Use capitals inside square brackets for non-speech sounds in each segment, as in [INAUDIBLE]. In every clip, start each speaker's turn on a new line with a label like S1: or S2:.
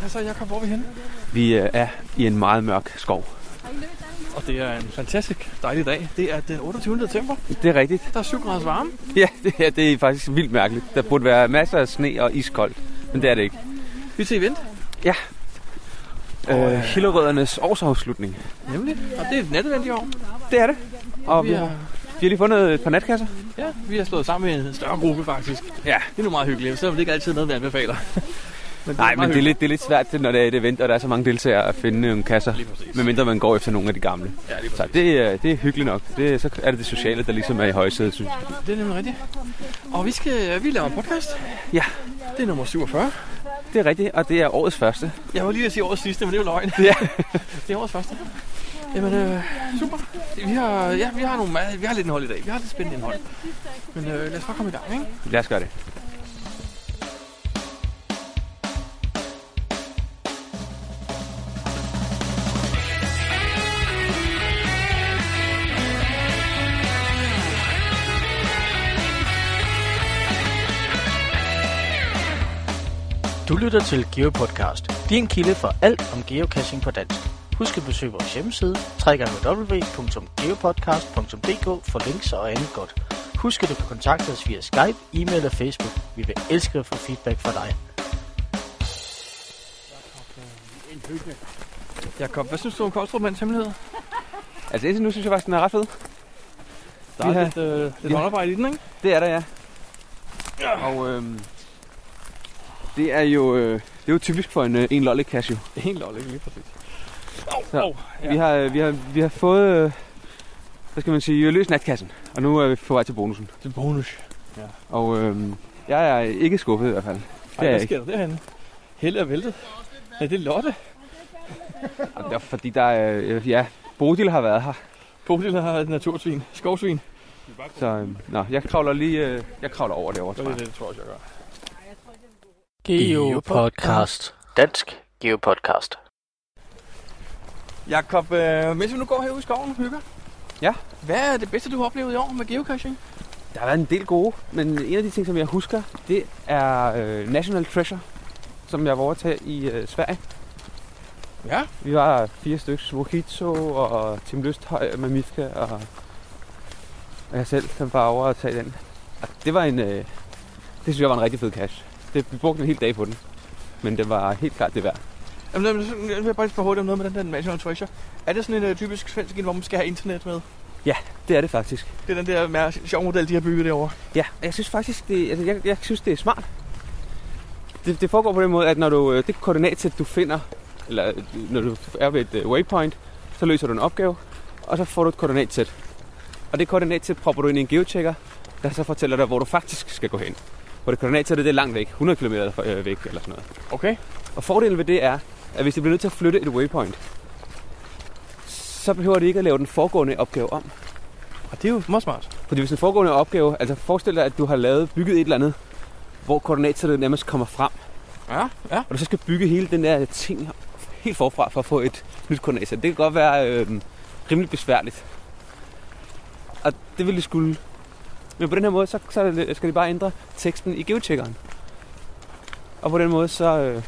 S1: Hvad så, Jacob? Hvor er vi henne?
S2: Vi øh, er i en meget mørk skov.
S1: Og det er en fantastisk dejlig dag. Det er den 28. december.
S2: Det er rigtigt.
S1: Der er 7 grader varme.
S2: Ja, [LAUGHS] det, her, det er faktisk vildt mærkeligt. Der burde være masser af sne og iskoldt, men det er det ikke.
S1: Vi ser event,
S2: Øh, Hillerødernes årsafslutning.
S1: nemlig. Og det er et natevent i år.
S2: Det er det. Og vi
S1: Vi
S2: har,
S1: er,
S2: vi har lige fundet et par natkasser.
S1: ja, vi er slået sammen med en større gruppe, faktisk.
S2: Ja.
S1: Det er nu meget hyggeligt, selvom det ikke altid er noget, vi anbefaler. [LAUGHS] men
S2: Nej, men
S1: meget
S2: det er,
S1: hyggeligt.
S2: lidt, det er lidt svært, når det er et event, og der er så mange deltagere at finde nogle kasser.
S1: Lige præcis.
S2: Medmindre man går efter nogle af de gamle.
S1: Ja, lige
S2: Så det, er- det er hyggeligt nok. Det, så er det det sociale, der ligesom er i højsædet, synes jeg.
S1: Det er nemlig rigtigt. Og vi, skal, vi laver en podcast.
S2: Ja.
S1: Det er nummer 47.
S2: Det er rigtigt, og det er årets første.
S1: Jeg var lige ved at sige årets sidste, men det er jo løgn.
S2: Ja.
S1: [LAUGHS] det er årets første. Jamen, øh, super. Vi har, ja, vi har, nogle, meget- vi har lidt indhold i dag. Vi har lidt spændende indhold. Men øh, lad os bare komme i gang, ikke?
S2: Lad os gøre det.
S3: Du lytter til GeoPodcast, din kilde for alt om geocaching på dansk. Husk at besøge vores hjemmeside www.geopodcast.dk for links og andet godt. Husk at du kan kontakte os via Skype, e-mail og Facebook. Vi vil elske at få feedback fra dig.
S1: Jakob, hvad synes du om Koldstrupmands hemmelighed?
S2: Altså indtil nu synes jeg faktisk, den er ret fed.
S1: Der
S2: Vi
S1: er
S2: har-
S1: lidt, øh, lidt
S2: vi har-
S1: håndarbejde i den, ikke?
S2: Det er der, ja. Og øhm, det er jo øh, det er jo typisk for en, øh, en lollekash
S1: [LAUGHS]
S2: jo.
S1: Det er helt lovligt, lige præcis.
S2: Så,
S1: Au,
S2: ja.
S1: ja.
S2: vi, har, øh, vi, har, vi har fået, øh, hvad skal man sige, vi har løst natkassen. Og nu er vi på vej til bonusen.
S1: Det er bonus.
S2: Og øhm, jeg er ikke skuffet i hvert fald.
S1: Ej,
S2: Det er
S1: hvad
S2: jeg
S1: sker der derhenne? Helle er væltet. Ja, det er Lotte.
S2: Og det er fordi der er, øh, ja, Bodil har været her.
S1: Bodil har et natursvin. Skovsvin.
S2: Så øhm, nå, jeg kravler lige, øh, jeg kravler over derovre, tror jeg.
S1: det tror jeg, jeg gør.
S3: GeoPodcast. Dansk GeoPodcast.
S1: Jakob, øh, mens vi nu går herude i skoven og hygger.
S2: Ja.
S1: Hvad er det bedste, du har oplevet i år med geocaching?
S2: Der har været en del gode, men en af de ting, som jeg husker, det er øh, National Treasure, som jeg var over til i øh, Sverige.
S1: Ja.
S2: Vi var fire stykker, Mojito og Tim Lysthøj og Mamifka og, og jeg selv, som var over at tage den. Og det var en, øh, det synes jeg var en rigtig fed cash. Det, vi brugte en hel dag på den, men det var helt klart det værd.
S1: Jamen, jamen, så vil jeg vil bare lige spørge hurtigt om noget med den der National Treasure. Er det sådan en uh, typisk svensk en, hvor man skal have internet med?
S2: Det er det faktisk.
S1: Det er den der mær- sjov model, de har bygget derovre.
S2: Ja, og jeg synes faktisk, det, altså, jeg, jeg synes, det er smart. Det, det foregår på den måde, at når du, øh, det koordinatsæt, du finder, eller øh, når du er ved et øh, waypoint, så løser du en opgave, og så får du et koordinatsæt. Og det koordinatsæt propper du ind i en geochecker, der så fortæller dig, hvor du faktisk skal gå hen. Hvor det koordinatsæt det er langt væk, 100 km øh, væk eller sådan noget.
S1: Okay.
S2: Og fordelen ved det er, at hvis de bliver nødt til at flytte et waypoint, så behøver de ikke at lave den foregående opgave om.
S1: Og det er jo meget smart.
S2: Fordi hvis en foregående opgave, altså forestil dig, at du har lavet, bygget et eller andet, hvor koordinatsættet nærmest kommer frem,
S1: Ja, ja.
S2: og du så skal bygge hele den der ting helt forfra for at få et nyt koordinatsæt. Det kan godt være øh, rimelig besværligt. Og det ville de skulle. Men på den her måde, så, så er det- skal de bare ændre teksten i geocheckeren. Og på den måde, så øh,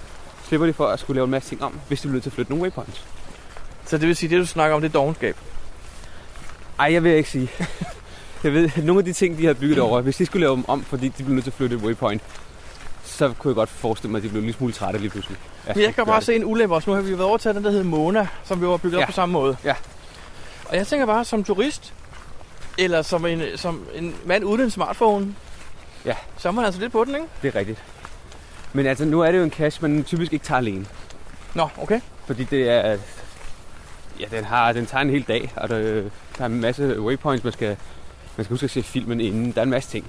S2: slipper de for at skulle lave en masse ting om, hvis de bliver nødt til at flytte nogle waypoints.
S1: Så det vil sige, det du snakker om, det er dogenskab.
S2: Ej, jeg vil ikke sige. [LAUGHS] Jeg ved, at nogle af de ting, de har bygget over, hvis de skulle lave dem om, fordi de blev nødt til at flytte et waypoint, så kunne jeg godt forestille mig, at de blev en lille smule trætte lige pludselig.
S1: Men jeg kan
S2: gør
S1: bare
S2: det.
S1: se en ulempe også. Nu har vi været over til den, der hedder Mona, som vi var bygget
S2: Ja.
S1: op på samme måde.
S2: Ja.
S1: Og jeg tænker bare, som turist, eller som en, som en mand uden en smartphone,
S2: Ja.
S1: så er man altså lidt på den, ikke?
S2: Det er rigtigt. Men altså, nu er det jo en cash, man typisk ikke tager alene.
S1: Nå, okay.
S2: Fordi det er... Ja, den, har, den tager en hel dag, og der, der er en masse waypoints, man skal, man skal huske at se filmen inden. Der er en masse ting.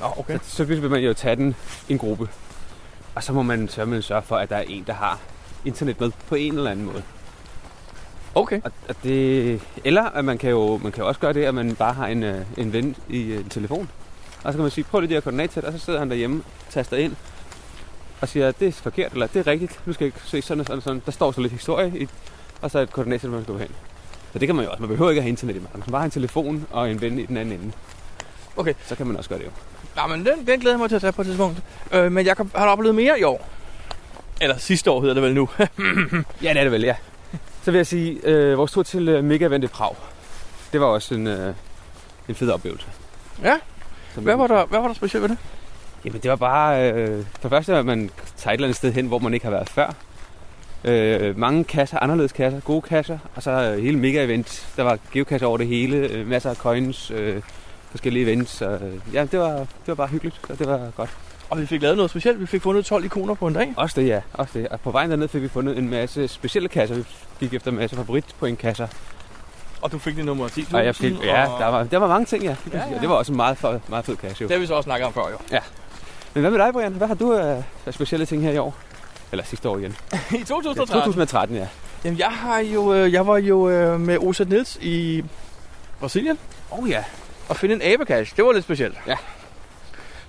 S1: Nå, okay.
S2: Så, så vil man jo tage den i en gruppe. Og så må man sørge, sørge for, at der er en, der har internet med på en eller anden måde.
S1: Okay.
S2: Og, og det, eller at man kan, jo, man kan jo også gøre det, at man bare har en, øh, en ven i øh, en telefon. Og så kan man sige, prøv lige det her koordinatsæt, og så sidder han derhjemme, taster ind, og siger, det er forkert, eller det er rigtigt, nu skal jeg se sådan og sådan og sådan. Der står så lidt historie, i, og så et koordinatsæt, man skal gå hen. Så det kan man jo også. Man behøver ikke at have internet i mange. Man kan bare have en telefon og en ven i den anden ende.
S1: Okay.
S2: Så kan man også gøre det jo.
S1: Nå, men den, den glæder jeg mig til at tage på et tidspunkt. Øh, men Jacob, har du oplevet mere i år? Eller sidste år hedder det vel nu.
S2: [LAUGHS] Ja, det er det vel, ja. Så vil jeg sige, øh, vores tur til øh, Mega Event i Prag, det var også en, øh, en fed oplevelse.
S1: Ja.
S2: Som
S1: hvad,
S2: jeg
S1: var
S2: husker.
S1: der, hvad var der specielt ved det?
S2: Jamen, det var bare... Øh, for det første, at man tager et eller andet sted hen, hvor man ikke har været før. Øh, mange kasser, anderledes kasser, gode kasser. Og så øh, hele mega-event. Der var geokasser over det hele. Øh, masser af coins, øh, forskellige events. Og, øh, ja, det var, det var bare hyggeligt, og det var godt.
S1: Og vi fik lavet noget specielt. Vi fik fundet 12 ikoner på en dag.
S2: Også det, ja. Også det. Og på vejen derned fik vi fundet en masse specielle kasser. Vi gik efter en masse favoritpointkasser.
S1: Og du fik det nummer 10.
S2: Og jeg fik, ja, der var, der var mange ting, ja. Det,
S1: Ja,
S2: ja,
S1: ja.
S2: ja. det var også en meget, fe- meget fed kasse, jo.
S1: Det har vi så også snakket om før, jo.
S2: Men hvad med dig, Brian? Hvad har du øh, af specielle ting her i år? Eller sidste år igen.
S1: [LAUGHS] I 2013.
S2: 2013, ja.
S1: Jamen, jeg, har jo, øh, jeg var jo øh, med OZ Niels i Brasilien
S2: Åh oh, ja.
S1: og finde en abekasse. Det var lidt specielt.
S2: Ja.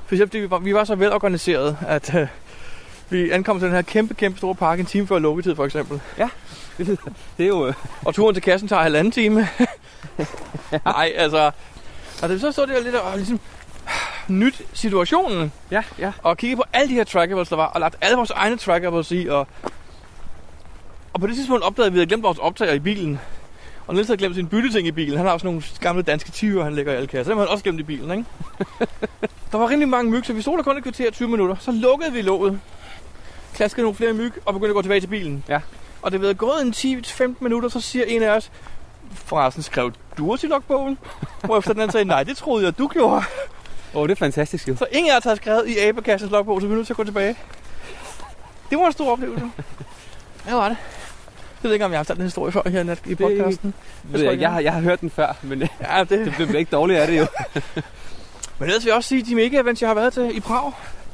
S1: Specielt fordi vi var, vi var så velorganiseret, at øh, vi ankom til den her kæmpe, kæmpe store park en time før lukketid for eksempel.
S2: [LAUGHS] Det er jo... Øh,
S1: Og turen til kassen tager
S2: [LAUGHS]
S1: halvanden time. Nej, altså... Altså, så stod det jo lidt og ligesom nyt situationen,
S2: ja, ja.
S1: og kiggede på alle de her trackables, der var, og lagt alle vores egne trackables i, og, og på det tidspunkt opdagede vi, at vi havde glemt vores optager i bilen. Og Niels havde glemt sin bytteting i bilen. Han har også nogle gamle danske tiger, han lægger i alle kasser. Dem har han også glemt i bilen, ikke? der var rimelig mange myg, så vi stod der kun et kvarter og 20 minutter. Så lukkede vi låget, klaskede nogle flere myg og begyndte at gå tilbage til bilen.
S2: Ja.
S1: Og det ved gået en 10-15 minutter, så siger en af os, forresten skrev du også i logbogen? Hvorefter den anden sagde, nej, det troede jeg, du gjorde.
S2: Åh, oh, det er fantastisk jo.
S1: Så ingen af os har skrevet i abekassens logbog, så vi er nødt til at gå tilbage. Det var en stor oplevelse. Ja, var det. Jeg ved ikke, om jeg har fortalt den historie før her i nat- i podcasten.
S2: Jeg, jeg, jeg, har, jeg har hørt den før, men [LAUGHS] det
S1: [LAUGHS] Ja, det.
S2: blev ikke dårligt af det jo.
S1: [LAUGHS] Men ellers vil jeg også sige, de mega events, jeg har været til i Prag.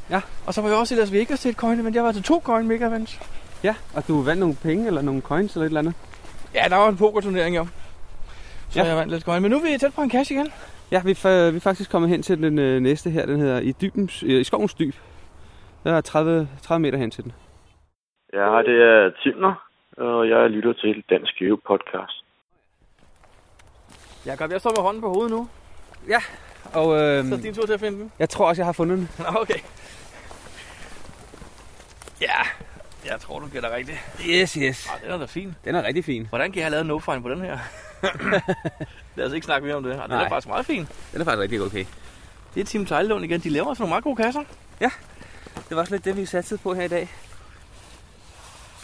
S2: Ja.
S1: Og så var jeg også i Las Vegas til et coin event. Jeg var til to coin mega events.
S2: Ja, og du vandt nogle penge eller nogle coins eller et eller andet.
S1: Ja, der var en pokerturnering jo. Så ja.
S2: Ja.
S1: jeg vandt lidt coin. Men nu er vi tæt på en cash igen.
S2: Ja, vi, fa- vi er faktisk kommet hen til den øh, næste her. Den hedder I, dybens, øh, I skovens dyb. Der er 30, 30 meter hen til den.
S4: Ja, hej, det er Timner, og jeg lytter til Dansk Geo Podcast.
S1: Jakob, jeg står med hånden på hovedet nu.
S2: Og
S1: Så er det
S2: øh,
S1: din tur til at finde den.
S2: jeg tror også, jeg har fundet den.
S1: Nå, okay. Ja, jeg tror, du gætter rigtigt.
S2: Yes, yes.
S1: Ah, den er da fin.
S2: Den er rigtig fin.
S1: Hvordan kan jeg have lavet en no på den
S2: [LAUGHS]
S1: her? Lad os ikke snakke mere om det. Og den er
S2: Nej.
S1: faktisk meget fin.
S2: Den er faktisk rigtig okay.
S1: Det er Team Tejlund igen. De laver også nogle meget gode kasser.
S2: Det var også lidt det, vi satte på her i dag.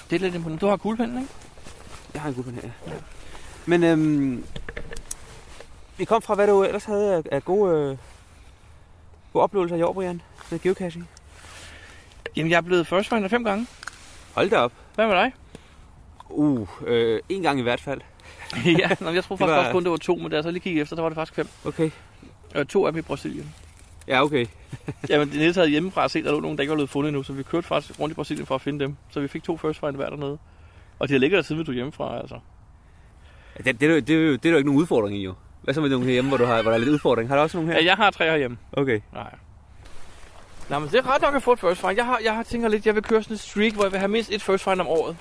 S1: Det er lidt imponerende. Du har kuglepinden, ikke?
S2: Jeg har en god her, ja. Men øhm, vi kom fra, hvad du ellers havde af, af gode, øh, gode oplevelser i år, Brian, med geocaching.
S1: Jamen, jeg er blevet first finder fem gange.
S2: Hold da op.
S1: Hvad med dig?
S2: Uh, øh, en gang i hvert fald.
S1: [LAUGHS] ja, nå, jeg tror
S2: Det
S1: faktisk
S2: var-
S1: også kun, det var to, men da jeg så lige kiggede efter, der var det faktisk fem.
S2: Okay.
S1: Øh, to af dem i Brasilien.
S2: Ja, okay.
S1: [LAUGHS] Jamen, det Niels havde hjemmefra set, at der lå nogen, der ikke var blevet fundet endnu, så vi kørte faktisk rundt i Brasilien for at finde dem. Så vi fik to first finder hver dernede. Og de har ligget der siden, vi tog hjemmefra, altså.
S2: Det, det, det, det, det, er jo- det er jo ikke nogen udfordring i, jo. Hvad så med nogle herhjemme, hvor, du har, hvor der er lidt udfordring? Har du også nogle her?
S1: Ja, jeg har tre herhjemme.
S2: Okay.
S1: Nej. Nej, men det er ret nok at få et first find. Jeg har, jeg har tænker lidt, jeg vil køre sådan en streak, hvor jeg vil have mindst et first find om året.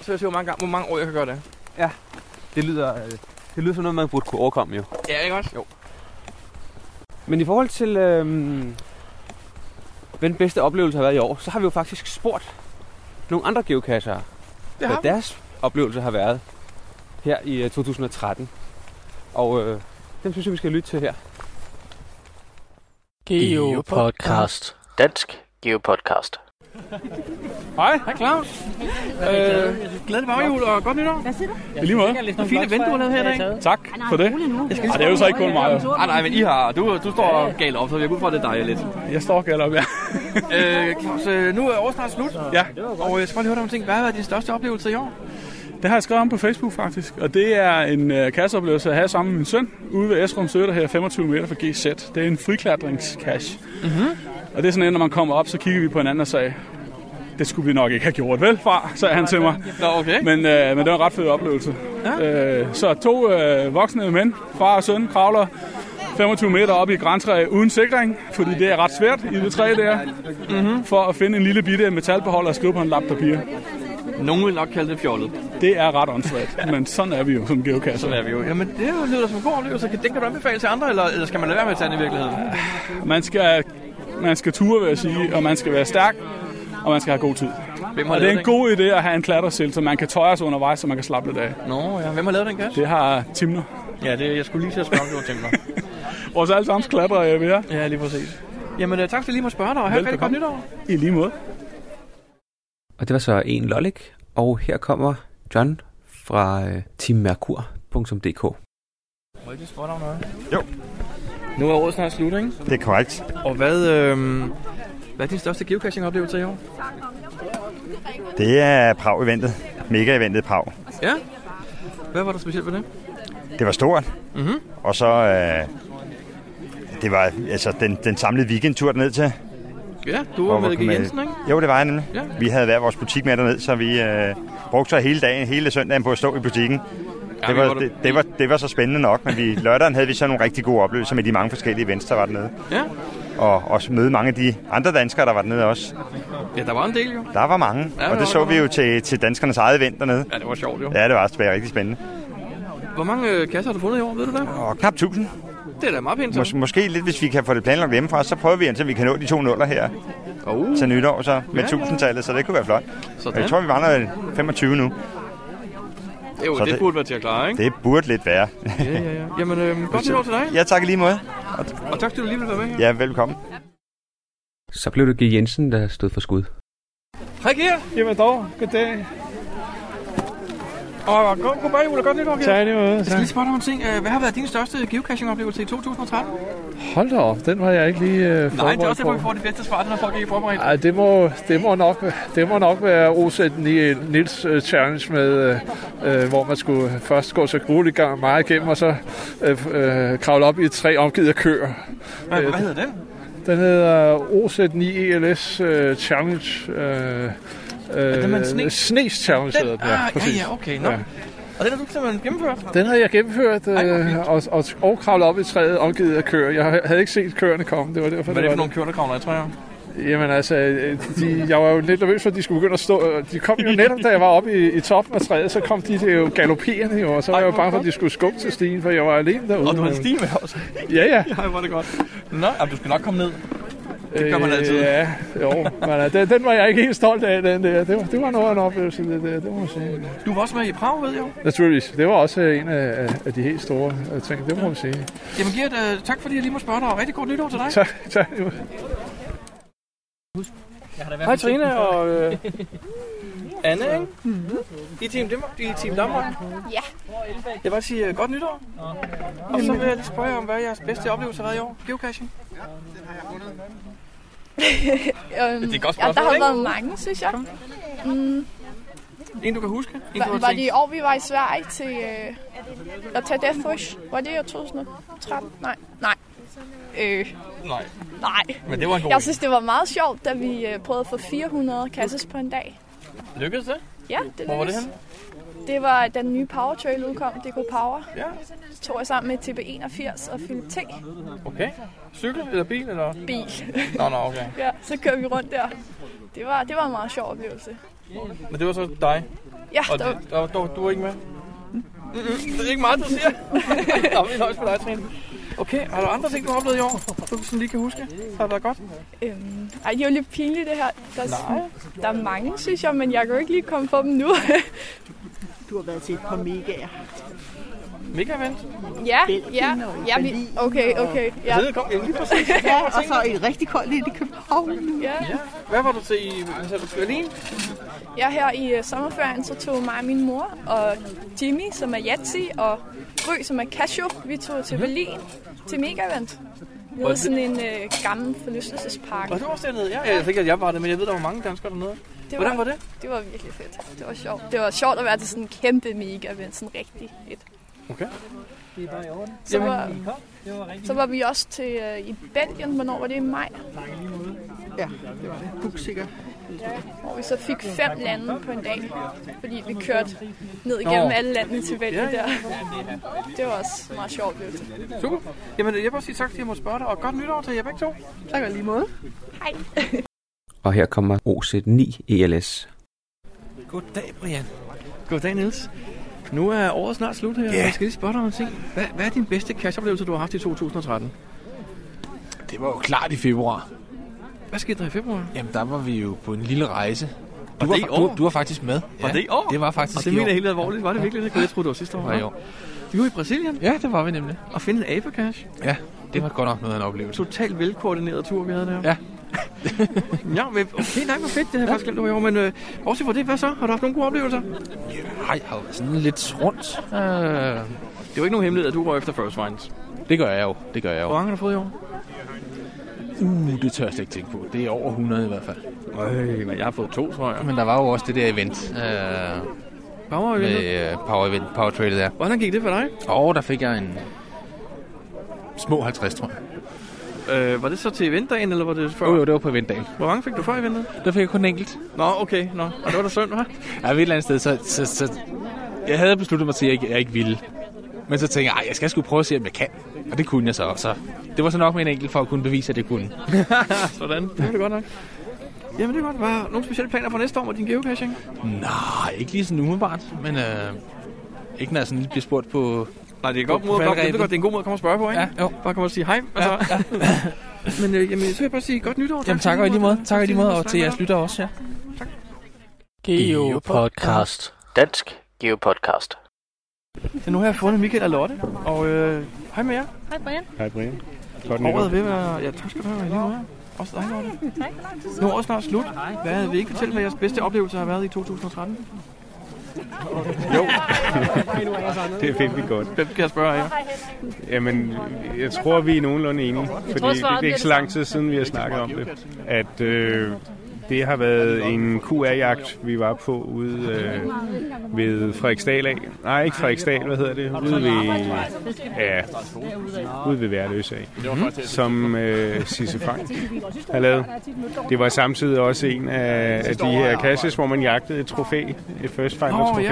S1: Så vil jeg se, hvor mange, gange, hvor mange år jeg kan gøre det.
S2: Det lyder, øh, det lyder som noget, man burde kunne overkomme, jo.
S1: Ja, ikke også? Jo.
S2: Men i forhold til, øh, hvad den bedste oplevelse har været i år, så har vi jo faktisk spurgt nogle andre geocachere,
S1: Det
S2: hvad
S1: har vi.
S2: deres oplevelse har været her i øh, 2013. Og øh, dem synes jeg, vi skal lytte til her.
S3: Geopodcast. Dansk Geopodcast.
S1: Hej. Hej, Claus. Øh, glædelig baghjul og godt nytår.
S5: Hvad siger du?
S1: I lige måde. Det er fint event, du har lavet her i dag.
S6: Tak for det.
S5: Ej,
S6: Ej, Ah, det er jo så ikke kun mig. jo.
S1: Nej, nej, men I har, du, du står galt op, så jeg går ud fra, at det er dig lidt.
S6: Jeg står galt op, ja.
S1: [LAUGHS] Øh, Claus, øh, nu er året snart slut,
S6: ja.
S1: og øh, jeg skal bare lige høre dig om ting. Hvad har været din største oplevelse i år?
S6: Det har jeg skrevet om på Facebook faktisk, og det er en øh, kasseoplevelse, jeg havde sammen med min søn ude ved Esrum Sø, der her 25 meter fra GZ. Det er en friklatringscache. Mm-hmm.
S1: Mhm.
S6: Og det er sådan en, når man kommer op, så kigger vi på hinanden og sagde, det skulle vi nok ikke have gjort vel fra, sagde han til mig.
S1: Nå, okay.
S6: Men, øh, men det var en ret fed oplevelse. Ja. Øh, så to øh, voksne mænd, far og søn, kravler 25 meter op i et græntræ uden sikring, fordi det er ret svært i det træ der,
S1: Mhm.
S6: mm-hmm. for at finde en lille bitte metalbeholder og skrive på en lap papir.
S1: Nogen vil nok kalde det fjollet.
S6: Det er ret åndssvagt, men sådan er vi jo som geokasser.
S1: er vi jo. Jamen, det lyder som en god oplevelse. Kan- Den kan du anbefale til andre, eller, eller skal man lade være med at tage den i virkeligheden?
S6: Man skal, man skal ture, vil jeg sige, og man skal være stærk, og man skal have god tid.
S1: Hvem har
S6: Og det
S1: lavet
S6: er en
S1: den?
S6: god idé at have en klattersil, så man kan tøjre sig undervejs, så man kan slappe lidt af.
S1: Nå, ja. Hvem har lavet den gas?
S6: Det har Timner.
S1: Ja, det, jeg skulle lige til at spørge, om du har tænkt mig.
S6: Vores allesammens klatrer, jeg ved.
S1: Ja, lige præcis. Jamen, øh, tak fordi jeg lige må spørge dig, og have et rigtig godt
S6: Velbekomme. [LAUGHS]
S1: nytår.
S6: I lige måde.
S2: Og det var så en lollik, og her kommer John fra øh, teammerkur.dk.
S1: Må jeg ikke lige spørge dig om noget? Jo. Nu er året snart slut, ikke?
S5: Det er korrekt.
S1: Og hvad, øh, hvad er din største geocaching-oplevelse i år?
S5: Det er Prag-eventet. Mega-eventet Prag.
S1: Ja. Hvad var der specielt ved det?
S5: Det var stort.
S1: Mhm.
S5: Og så... Øh, det var altså den, den samlede weekendtur derned til.
S1: Ja, du
S5: Hvor
S1: var
S5: man
S1: med G.
S5: kom med-
S1: Jensen, ikke?
S5: Jo, det var jeg nemlig.
S1: Ja.
S5: Vi havde hver vores butik med derned, så vi øh, brugte så hele dagen, hele søndagen på at stå i butikken.
S1: men
S5: Det var,
S1: hvor er
S5: det,
S1: du-
S5: det, var, det var så spændende nok, men vi, lørdagen havde vi så nogle rigtig gode oplevelser med de mange forskellige events, der var dernede.
S1: Ja.
S5: Og også møde mange af de andre danskere, der var dernede også.
S1: ja, der var en del jo.
S5: Der var mange,
S1: der
S5: og
S1: var
S5: det så
S1: der
S5: vi jo til, til danskernes eget event dernede.
S1: Ja, det var sjovt jo. Ja.
S5: Ja, det var også det var rigtig spændende.
S1: Hvor mange øh, kasser har du fundet i år, ved du det?
S5: Og knap 1000.
S1: Det er da meget pænt.
S5: Mås-
S1: så.
S5: måske lidt, hvis vi kan få det planlagt hjemmefra, så prøver vi, indtil vi kan nå de to nuller her
S1: Uh,
S5: til nytår så med
S1: Ja, ja.
S5: 1000-tallet, så det kunne være flot. Og
S1: sådan.
S5: jeg tror, vi mangler 25 nu.
S1: Jo,
S5: så
S1: det,
S5: det-
S1: burde være til at klare, ikke?
S5: Det burde lidt være.
S1: Ja, ja, ja. Jamen, øh, godt nytår til dig.
S5: Ja, tak i lige måde.
S1: Og tak, fordi du lige ville være med her.
S5: Ja, velkommen.
S2: Så blev det G. Jensen, der stod for skud.
S1: Hej, Gia.
S7: Jamen dog, goddag.
S1: Og god, god bag, Ole. Godt nytår, Gia.
S7: Tak i lige måde.
S1: Jeg skal lige
S7: Tak.
S1: spørge dig om en ting. Øh, Hvad har været din største geocaching-oplevelse i 2013?
S7: Hold da op, den var jeg ikke lige øh,
S1: Nej, det er også derfor, vi
S7: forberedt på.
S1: får det bedste svar, det er, når folk ikke er forberedt.
S7: Ej, det må, det, må nok, det må nok være OZ Nils øh, Challenge, med, øh, øh, hvor man skulle først gå så grueligt gang meget igennem, og så øh, øh, kravle op i et træ omgivet af køer. Øh,
S1: Hvad, hvad hedder den?
S7: Den hedder OZ9 ELS øh, Challenge. Øh,
S1: Er det med en sne?
S7: øh, Snes Challenge hedder
S1: den?
S7: den,
S1: Ah, ja,
S7: præcis.
S1: ja, okay. Nå.
S7: Ja.
S1: Og den har du simpelthen gennemført?
S7: Den havde jeg gennemført
S1: Ej, hvor fint.
S7: øh, og, og, og kravlet op i træet omgivet af køer. Jeg havde ikke set køerne komme, det var derfor,
S1: Hvad er det for
S7: var
S1: nogle køer, der kommer af træer?
S7: Jamen altså, øh, de, jeg var jo lidt nervøs for, at de skulle begynde at stå. øh, De kom jo netop, da jeg var oppe i, i toppen af træet, så kom de, de jo galopperende jo, og så var
S1: Ej,
S7: jeg jo
S1: hvor
S7: bange for,
S1: godt.
S7: at de skulle skubbe til stigen, for jeg var alene derude.
S1: Og du har en sti med også.
S7: Ja, ja.
S1: [LAUGHS] Ej, hvor er det godt. Mm. Nå, jamen, du skal nok komme ned. Øh,
S7: Det
S1: gør man altid.
S7: Øh, Ja, jo. Men, øh, den, den var jeg ikke helt stolt af, den der. Det var, det var noget af en oplevelse, det der. Det må man sige.
S1: Du var også med i Prag, ved jeg. jo.
S7: Naturligvis. Det var også øh, en af, af- af de helt store øh, ting, det må man sige.
S1: Jamen, Gert, øh, tak fordi jeg lige må spørge dig, og rigtig godt nytår til dig.
S7: Tak, tak.
S1: Hej, Trine og øh, [LAUGHS] Anne, ikke? I er Team, Danmark, I er team Danmark.
S8: Ja.
S1: Jeg vil bare sige øh, godt nytår. Og så vil jeg lige spørge jer om, hvad jeres bedste oplevelse har været i år? Geocaching?
S8: [LAUGHS] Øhm,
S1: Det er et godt
S8: ja, der
S1: spørgsmål,
S8: har
S1: ikke?
S8: været mange, synes jeg. Mm,
S1: En, du kan huske? En, du
S8: var,
S1: har
S8: var
S1: tænkt,
S8: det i år, vi var i Sverige til øh, at tage Death Wish? Var det i år 2013? Nej. Nej. Øh,
S1: Nej,
S8: nej.
S1: men det var en god
S8: Jeg synes, det var meget sjovt, da vi øh, prøvede at få 400 kasses på en dag.
S1: idé. Lykkedes det?
S8: Ja, det
S1: Hvor var det
S8: lykkedes.
S1: henne?
S8: Det var, da den nye Power Trail udkom, DK Power.
S1: Ja.
S8: Så tog jeg sammen med TB81 og Philip T.
S1: Okay. Cykel eller bil eller?
S8: Bil.
S1: Nå, nå, okay.
S8: ja, så kørte vi rundt der. Det var, det var en meget sjov oplevelse.
S1: Men det var så dig.
S8: Ja,
S1: Og
S8: der, var-
S1: det, der, du, du er
S8: [LAUGHS]
S1: ikke med? Det er ikke meget, du siger. Nå, vi er nøjes på dig, Trine. Okay, har du andre ting, du har oplevet i år, du sådan lige kan huske? Har det været godt?
S8: Øhm, ej, det er jo lidt pinligt det her. Der, er sådan- der er mange, synes jeg, men jeg kan jo ikke lige komme på dem nu.
S9: [LAUGHS] Du har været til et par megaer.
S1: Mega event.
S8: ja,
S9: Belgien
S8: ja,
S9: og
S8: ja, vi,
S9: Berlin
S8: okay, okay, [LAUGHS] ja,
S1: Ja. Det kom jeg lige præcis.
S9: Ja, og så et rigtig koldt ind i København.
S8: ja.
S1: Hvad var du til i hvad sagde du, Berlin?
S8: Jeg her i øh, sommerferien, så tog mig og min mor og Jimmy, som er Yatzy, og Gry, som er Casio, vi tog til Berlin til Megavent. Vi
S1: Var
S8: havde
S1: det-
S8: sådan en øh, gammel forlystelsespark.
S1: Var du også dernede? Ja, jeg tænker, at jeg var det, men jeg ved, der var mange danskere dernede.
S8: Det
S1: Hvordan var
S8: var,
S1: det?
S8: det var virkelig fedt. Det var sjovt. Det var sjovt at være til sådan en kæmpe Megavent, sådan rigtig et.
S1: Okay.
S8: Så var, så var vi også til øh, i Belgien, hvornår var det i maj?
S9: Ja, det var det. Buksikker.
S8: hvor vi så fik fem lande på en dag, fordi vi kørte ned igennem
S1: Nå.
S8: alle landene til Vælge
S1: Ja, ja.
S8: der. Det var også meget sjovt. oplevelse.
S1: Super. Jamen, jeg vil bare sige tak, fordi jeg måtte spørge dig, og godt nytår til jer begge to.
S9: Tak og lige måde.
S8: Hej. [LAUGHS]
S2: Og her kommer OZ9 ELS.
S1: Goddag, Brian. Goddag, Niels. Nu er året snart slut her, yeah. jeg skal lige spørge dig om en ting. Hvad, hvad er din bedste cash-oplevelse, du har haft i 2013?
S10: Det var jo klart i februar.
S1: Hvad skete der i februar?
S10: Jamen, der var vi jo på en lille rejse Du var,
S1: det i
S10: du,
S1: år?
S10: du var faktisk med.
S1: Var det i år?
S10: Det var faktisk
S1: Og
S10: i
S1: det mener
S10: år.
S1: jeg helt alvorligt. Var det virkelig det? Fordi jeg troede, det var sidste år.
S10: Nej, i år.
S1: Vi var i Brasilien.
S10: Ja, det var vi nemlig.
S1: Og finde en abekash.
S10: Ja, det var godt nok noget af en oplevelse.
S1: Totalt velkoordineret tur, vi havde der. [LAUGHS]
S10: Ja.
S1: ja, men okay, nej, hvor fedt. Det havde jeg faktisk glemt, det var i år. Men øh, bortset fra det, hvad så? Har du haft nogle gode oplevelser?
S10: Nej, har jo været sådan lidt rundt. Øh,
S1: det var ikke nogen hemmelighed, at du var efter First Vines.
S10: Det gør jeg jo. Det gør jeg jo.
S1: Hvor mange har du fået i år?
S10: Uh, det tør jeg slet ikke tænke på. Det er over 100 i hvert fald.
S1: Øj, men jeg har fået to, tror jeg.
S10: Men der var jo også det der event. Øh,
S1: power
S10: event?
S1: eventet?
S10: Med, øh, power event, power trail der.
S1: Hvordan gik det for dig?
S10: Og der fik jeg en små 50, tror jeg.
S1: Øh, var det så til eventdagen, eller var det før?
S10: Jo, jo, det var på eventdagen.
S1: Hvor mange fik du før eventet?
S10: Der fik jeg kun en enkelt.
S1: Nå, okay. Nå. Og det var da synd, hva'?
S10: Jeg ved et eller andet sted, så, så, så jeg havde besluttet mig til, at jeg ikke, jeg ikke ville. Men så tænkte jeg, "Ej, jeg skal sgu prøve at se, om jeg kan. Og det kunne jeg så. Så det var så nok med en enkelt for at kunne bevise, at det kunne.
S1: Sådan. Det var det godt nok. Jamen, det er godt. Var nogle specielle planer for næste år med din geocaching?
S10: Nej, ikke lige sådan umiddelbart, men øh, ikke når jeg sådan lige bliver spurgt på...
S1: Nej, det er godt måde at komme- jeg ved godt, det er en god måde at komme og spørge på, ikke?
S10: Ja, jo.
S1: Bare komme og sige hej. Altså. Ja, ja. [LAUGHS] Men øh, jamen, så vil jeg bare sige godt nytår.
S10: Jamen
S1: for
S10: tak og i lige måde. Tak og i lige måde, og
S1: Tak
S10: til jeres lytter også, ja.
S3: Geo Podcast. Dansk Geo Podcast.
S1: Ja, nu har jeg fundet Michael og Lotte, og øh, hej med jer.
S11: Hej Brian.
S12: Hej Brian.
S1: Året er ved at være... Ja, tak skal du have. i Lige måde. Også dig, Lotte.
S11: Tak.
S1: Nu er året snart slut. Hvad vil I ikke fortælle, hvad jeres bedste oplevelse har været i 2013?
S12: Jo. det er virkelig godt.
S1: Hvem kan jeg spørge jer?
S12: Jamen, jeg tror, vi er nogenlunde enige. Fordi
S11: tror,
S12: det
S11: svaret
S12: er ikke så
S11: bliver det
S12: lang tid siden, vi har snakket om det. At øh, det har været en QR-jagt, vi var på ude øh, ved Frederiksdal af. Nej, ikke Frederiksdal, hvad hedder det? Ude ved, ja, ude ved Værløs af.
S7: Mhm.
S12: Som øh, Sisse Frank har lavet. Det var samtidig også en af, af de her kasses, hvor man jagtede et trofæ. Et first finder trofæ.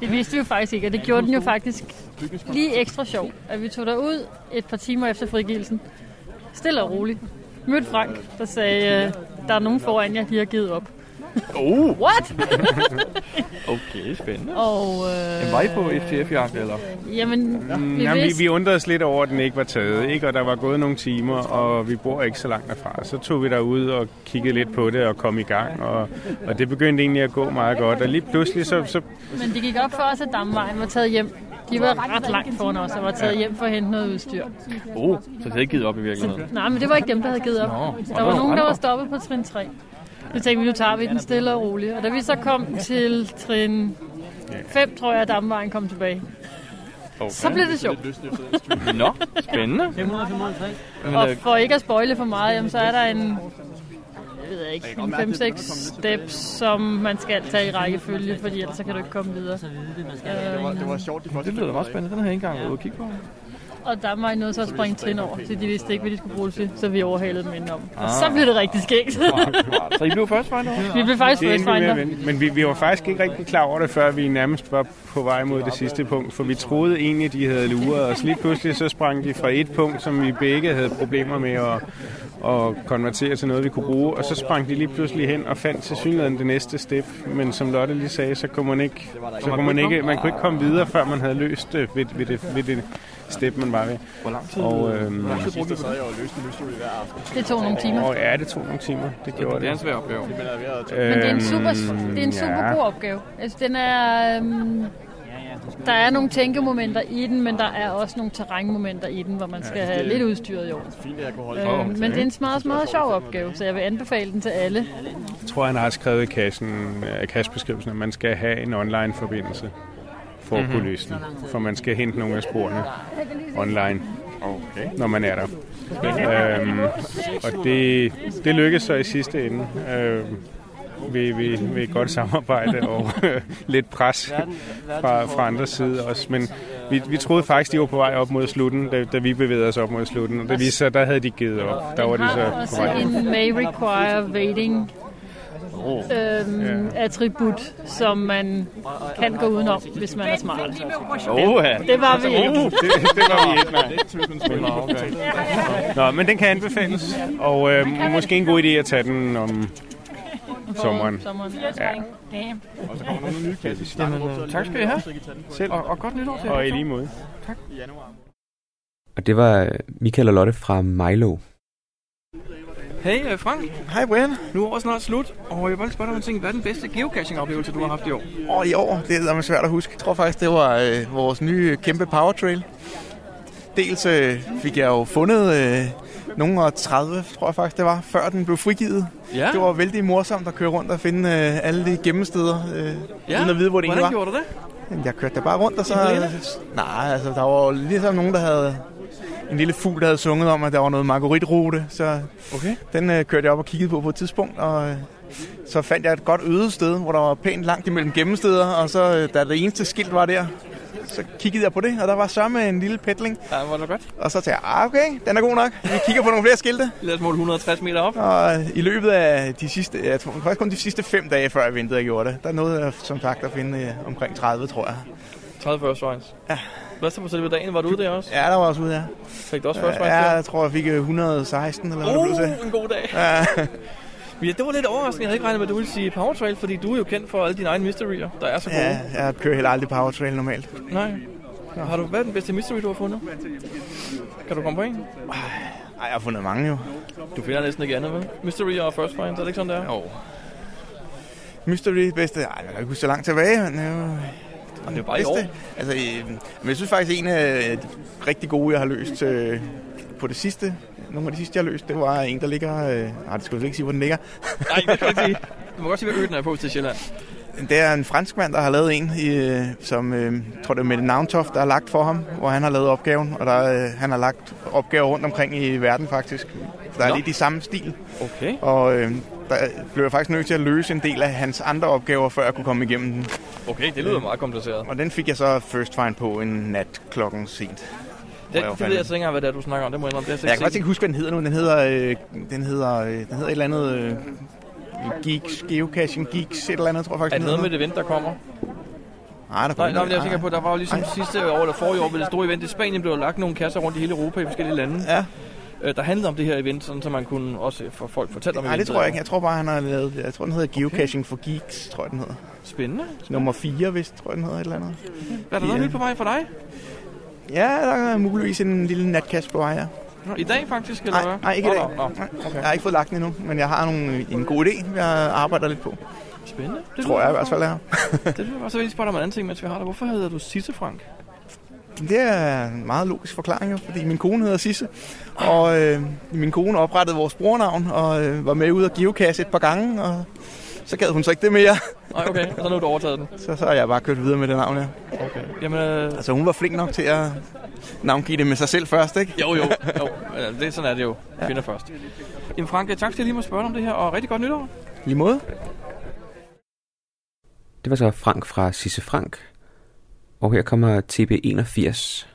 S11: Det vidste vi jo faktisk ikke, og det gjorde den jo faktisk lige ekstra sjov, at vi tog derud et par timer efter frigivelsen. Stille og roligt. Mødte Frank, der sagde, øh, der er nogen foran jer, de har givet op.
S1: Oh!
S11: [LAUGHS] What?
S1: [LAUGHS] Okay, spændende.
S11: og øh,
S1: Jamen, var I på FTF-jagt, eller?
S11: Jamen, vi
S12: Mm, Jamen, vi,
S11: vidste,
S12: vi undrede os lidt over, at den ikke var taget, ikke? og der var gået nogle timer, og vi bor ikke så langt derfra. Så tog vi derud og kiggede lidt på det og kom i gang, og, og det begyndte egentlig at gå meget godt. Og lige pludselig, så, så
S11: men det gik op for os, at damvejen var taget hjem. De var ret langt foran os og var taget hjem for at hente noget udstyr.
S1: Oh, så det havde ikke givet op i virkeligheden.
S11: Nej, men det var ikke dem, der havde givet op.
S1: Nå,
S11: Nå,
S1: og
S11: der var nogen, der
S1: andre.
S11: var stoppet på trin 3. Så tænkte vi, nu tager vi den stille og roligt. Og da vi så kom til trin 5, tror jeg, at damvejen kom tilbage.
S1: Okay.
S11: Så blev det sjovt.
S1: [LAUGHS] Nå, spændende.
S11: 553.
S1: Men,
S11: Og
S1: øh,
S11: for ikke at spoile for meget, jamen, så er der en jeg ved ikke, en 5-6 steps, som man skal tage i rækkefølge, fordi ellers så kan du ikke komme videre. Øh,
S1: Det var sjovt. Det lyder da meget spændende. Den har jeg ikke engang været ude at kigge på.
S11: Øhm, og der var noget så at springe trin over, så de vidste ikke, hvad de skulle bruge det til, så vi overhalede dem indenom. Og så
S12: Ah.
S11: blev det rigtig skægt.
S1: Så I blev først finder?
S11: Vi blev faktisk
S12: Det endte vi med at
S11: finder.
S12: vente. Men vi, vi var faktisk ikke rigtig klar over det, før vi nærmest var på vej mod det sidste punkt, for vi troede egentlig, de havde luret os. Lige pludselig så sprang de fra et punkt, som vi begge havde problemer med at, at konvertere til noget, vi kunne bruge, og så sprang de lige pludselig hen og fandt til synligheden det næste step. Men som Lotte lige sagde, så kunne man ikke, så kunne man ikke, man kunne ikke komme videre, før man havde løst det ved, ved, det, ved det step, man var ved.
S1: Hvor lang
S7: tid-
S12: Og, øhm,
S7: Hvor lang tid brugte vi på det? at løse en mystery hver aften.
S11: Det tog nogle timer.
S12: Åh, ja, det tog nogle timer. Det gjorde det.
S1: det er en
S7: altså-
S1: svær opgave. Øh,
S11: Men det er en
S12: Øhm,
S11: super, det er en super god opgave. Altså, den er, øhm, der er nogle tænkemomenter i den, men der er også nogle terrænmomenter i den, hvor man skal
S7: Ja, det
S11: have
S7: er
S11: lidt udstyret i år.
S7: Fint, at jeg kunne holde
S13: Øhm,
S11: Øh, men det er en meget, meget sjov opgave, så jeg vil anbefale den til alle.
S12: Jeg tror, han har skrevet i kassen, øh, kastbeskrivelsen, at man skal have en online-forbindelse for at
S11: Mhm.
S12: kunne løse den. For man skal hente nogle af sporene online, okay. når man er der. Øhm, og det, det lykkedes så i sidste ende. Øhm, ved, ved, ved et godt samarbejde og øh, lidt pres fra, fra andre side også. Men vi, vi troede faktisk, de var på vej op mod slutten, da, da vi bevægede os op mod slutten. Og det viste sig, at der havde de givet op. Der var de
S11: har
S12: så på
S11: også
S12: vej.
S11: en may require waiting
S12: Oh.
S11: øhm, attribut, som man kan gå udenom, hvis man er smart.
S12: Oha.
S11: Det var vi ikke.
S12: Uh, det, det var vi ikke, nej.
S1: Nå, okay.
S12: Nå, men den kan anbefales, og øh, måske en god idé at tage den om sommeren.
S11: Sommeren.
S12: Ja.
S11: Damn.
S7: Og så kommer nogle nye kasser.
S1: Jamen, øh, tak skal I have. Og, og godt nytår til jer.
S12: Og i lige måde.
S1: Tak.
S2: Og det var øh, Michael og Lotte fra Milo.
S1: Hey øh, Frank. Hej Brian. Nu er året snart slut, og jeg vil bare lige spørge dig om en ting. Hvad er den bedste geocaching-oplevelse, du har haft i år?
S14: Og i år, det er man svært at huske. Jeg tror faktisk, det var øh, vores nye kæmpe powertrail. Dels øh, fik jeg jo fundet øh, nogle og 30, tror jeg faktisk det var, før den blev frigivet.
S1: Ja.
S14: Det var vældig morsomt at køre rundt og finde øh, alle de gemmesteder, øh,
S1: Ja,
S14: uden at vide, hvor det egentlig
S1: Hvordan
S14: var.
S1: gjorde du det?
S14: Jamen, Jeg kørte da bare rundt, og så...
S1: I blinde?
S14: Nej, altså, der var jo ligesom nogen, der havde... En lille fugl, der havde sunget om, at der var noget margaritrute, så
S1: Okay.
S14: den øh, kørte jeg op og kiggede på på et tidspunkt, og øh, så fandt jeg et godt øde sted, hvor der var pænt langt imellem gemmesteder, og så, øh, da det eneste skilt var der, så kiggede jeg på det, og der var sørme en lille petling,
S1: Ja, var det godt.
S14: og så tænkte jeg, ah, okay, den er god nok, vi kigger på nogle flere skilte.
S1: Lad os måle 160 meter op.
S14: Og øh, i løbet af de sidste, jeg tror faktisk kun de sidste fem dage, før jeg ventede, jeg gjorde det, der nåede jeg som sagt at finde øh, omkring 30, tror jeg.
S1: 30 first rides. Ja. Hvad så på selve dagen? Var du ude der også?
S14: Ja, der var også ude, ja.
S1: Fik du også first
S14: Øh,
S1: rides
S14: Ja,
S1: der?
S14: jeg tror, jeg fik øh, 116 eller hvad det blev til.
S1: Uh, en god dag.
S14: [LAUGHS] Ja.
S1: Ja, det var lidt overraskende. Jeg havde ikke regnet med, at du ville sige Power Trail, fordi du er jo kendt for alle dine egne mysterier, der er så gode.
S14: Ja, jeg kører heller aldrig powertrail normalt.
S1: Nej. Har du, hvad er den bedste mystery, du har fundet? Kan du komme på en?
S14: Ej, jeg har fundet mange jo.
S1: Du finder næsten ikke andet, vel? Mystery og first find, er det ikke sådan, det er? Jo.
S14: Mystery bedste. Ej, jeg kan ikke huske så langt tilbage, men det er jo...
S1: det er bare i
S14: bedste. Altså, øh, men jeg synes faktisk, en af de rigtig gode, jeg har løst øh, på det sidste, nogle af de sidste, jeg har løst, det var en, der ligger... Øh, nej, det skulle jeg ikke sige, hvor den ligger.
S1: Nej, det kan jeg ikke sige. Du må godt sige, hvad ø den er på til Sjælland.
S14: Det er en franskmand, der har lavet en, i, øh, som øh, tror det er Mette Navntoft, der har lagt for ham, hvor han har lavet opgaven, og der, øh, han har lagt opgaver rundt omkring i verden faktisk. Der er
S1: Nå.
S14: lidt i samme stil.
S1: Okay.
S14: Og øh, der blev jeg faktisk nødt til at løse en del af hans andre opgaver, før jeg kunne komme igennem den.
S1: Okay, det lyder meget kompliceret.
S14: Og den fik jeg så first find på en nat klokken sent. Hvor
S1: Det,
S14: jeg var
S1: det ved
S14: fandme-
S1: jeg altså ikke engang, hvad det er, du snakker om. Det må jeg indrømme. Det har
S14: jeg kan faktisk
S1: jeg slet
S14: ikke
S1: ikke
S14: huske, hvad den hedder nu. Den hedder, øh, den hedder, øh, den hedder et eller andet... Øh, geeks, geocaching geeks, et eller andet, tror jeg
S1: set.
S14: faktisk.
S1: Er det noget med det event, der kommer?
S14: Nej, der
S1: Nej, nej, men jeg tænker på, der var jo ligesom sidste år eller forrige år ved det store event i Spanien, blev der lagt nogle kasser rundt i hele Europa i forskellige lande. Øh,
S14: Ja.
S1: Der handlede om det her event, sådan, så man kunne også få folk fortælle om
S14: Nej, det tror jeg ikke. Jeg tror bare, han har lavet... Jeg tror, den hedder Geocaching for Geeks, tror jeg, den hedder.
S1: Spændende.
S14: Nummer 4, vist, tror jeg, den hedder et eller andet.
S1: Er der noget nyt på vej for dig?
S14: Ja, der er muligvis en lille natkast på vej, ja.
S1: Nå, I dag faktisk, eller
S14: Nej,
S1: hvad?
S14: nej, ikke i
S1: Nå,
S14: dag.
S1: nå, nå.
S14: Okay. Jeg har ikke fået lagt den endnu, men jeg har nogle, en god idé, jeg arbejder lidt på.
S1: Spændende.
S14: Det tror jeg i hvert fald, jeg
S1: Det lyder godt. Så vil jeg lige spørge dig om en anden ting, mens vi har dig. Hvorfor hedder du Sisse
S14: [LAUGHS]
S1: Frank?
S14: Det er en meget logisk forklaring, jo, fordi min kone hedder Sisse, og øh, min kone oprettede vores brugernavn og øh, var med ud og geocache et par gange, og så gad hun så ikke det mere.
S1: Nej, okay. Og så nu har du overtaget den.
S14: Så, så har jeg bare kørt videre med det navn, ja.
S1: Okay. Jamen, øh...
S14: Altså, hun var flink nok til at navngive det med sig selv først, ikke?
S1: Jo, jo. jo. Øh, Det, er sådan er det jo. Kvinder først. Jamen Frank, tak fordi jeg lige må spørge dig om det her, og rigtig godt nytår.
S14: Lige måde.
S2: Det var så Frank fra Sisse Frank. Og her kommer TB81.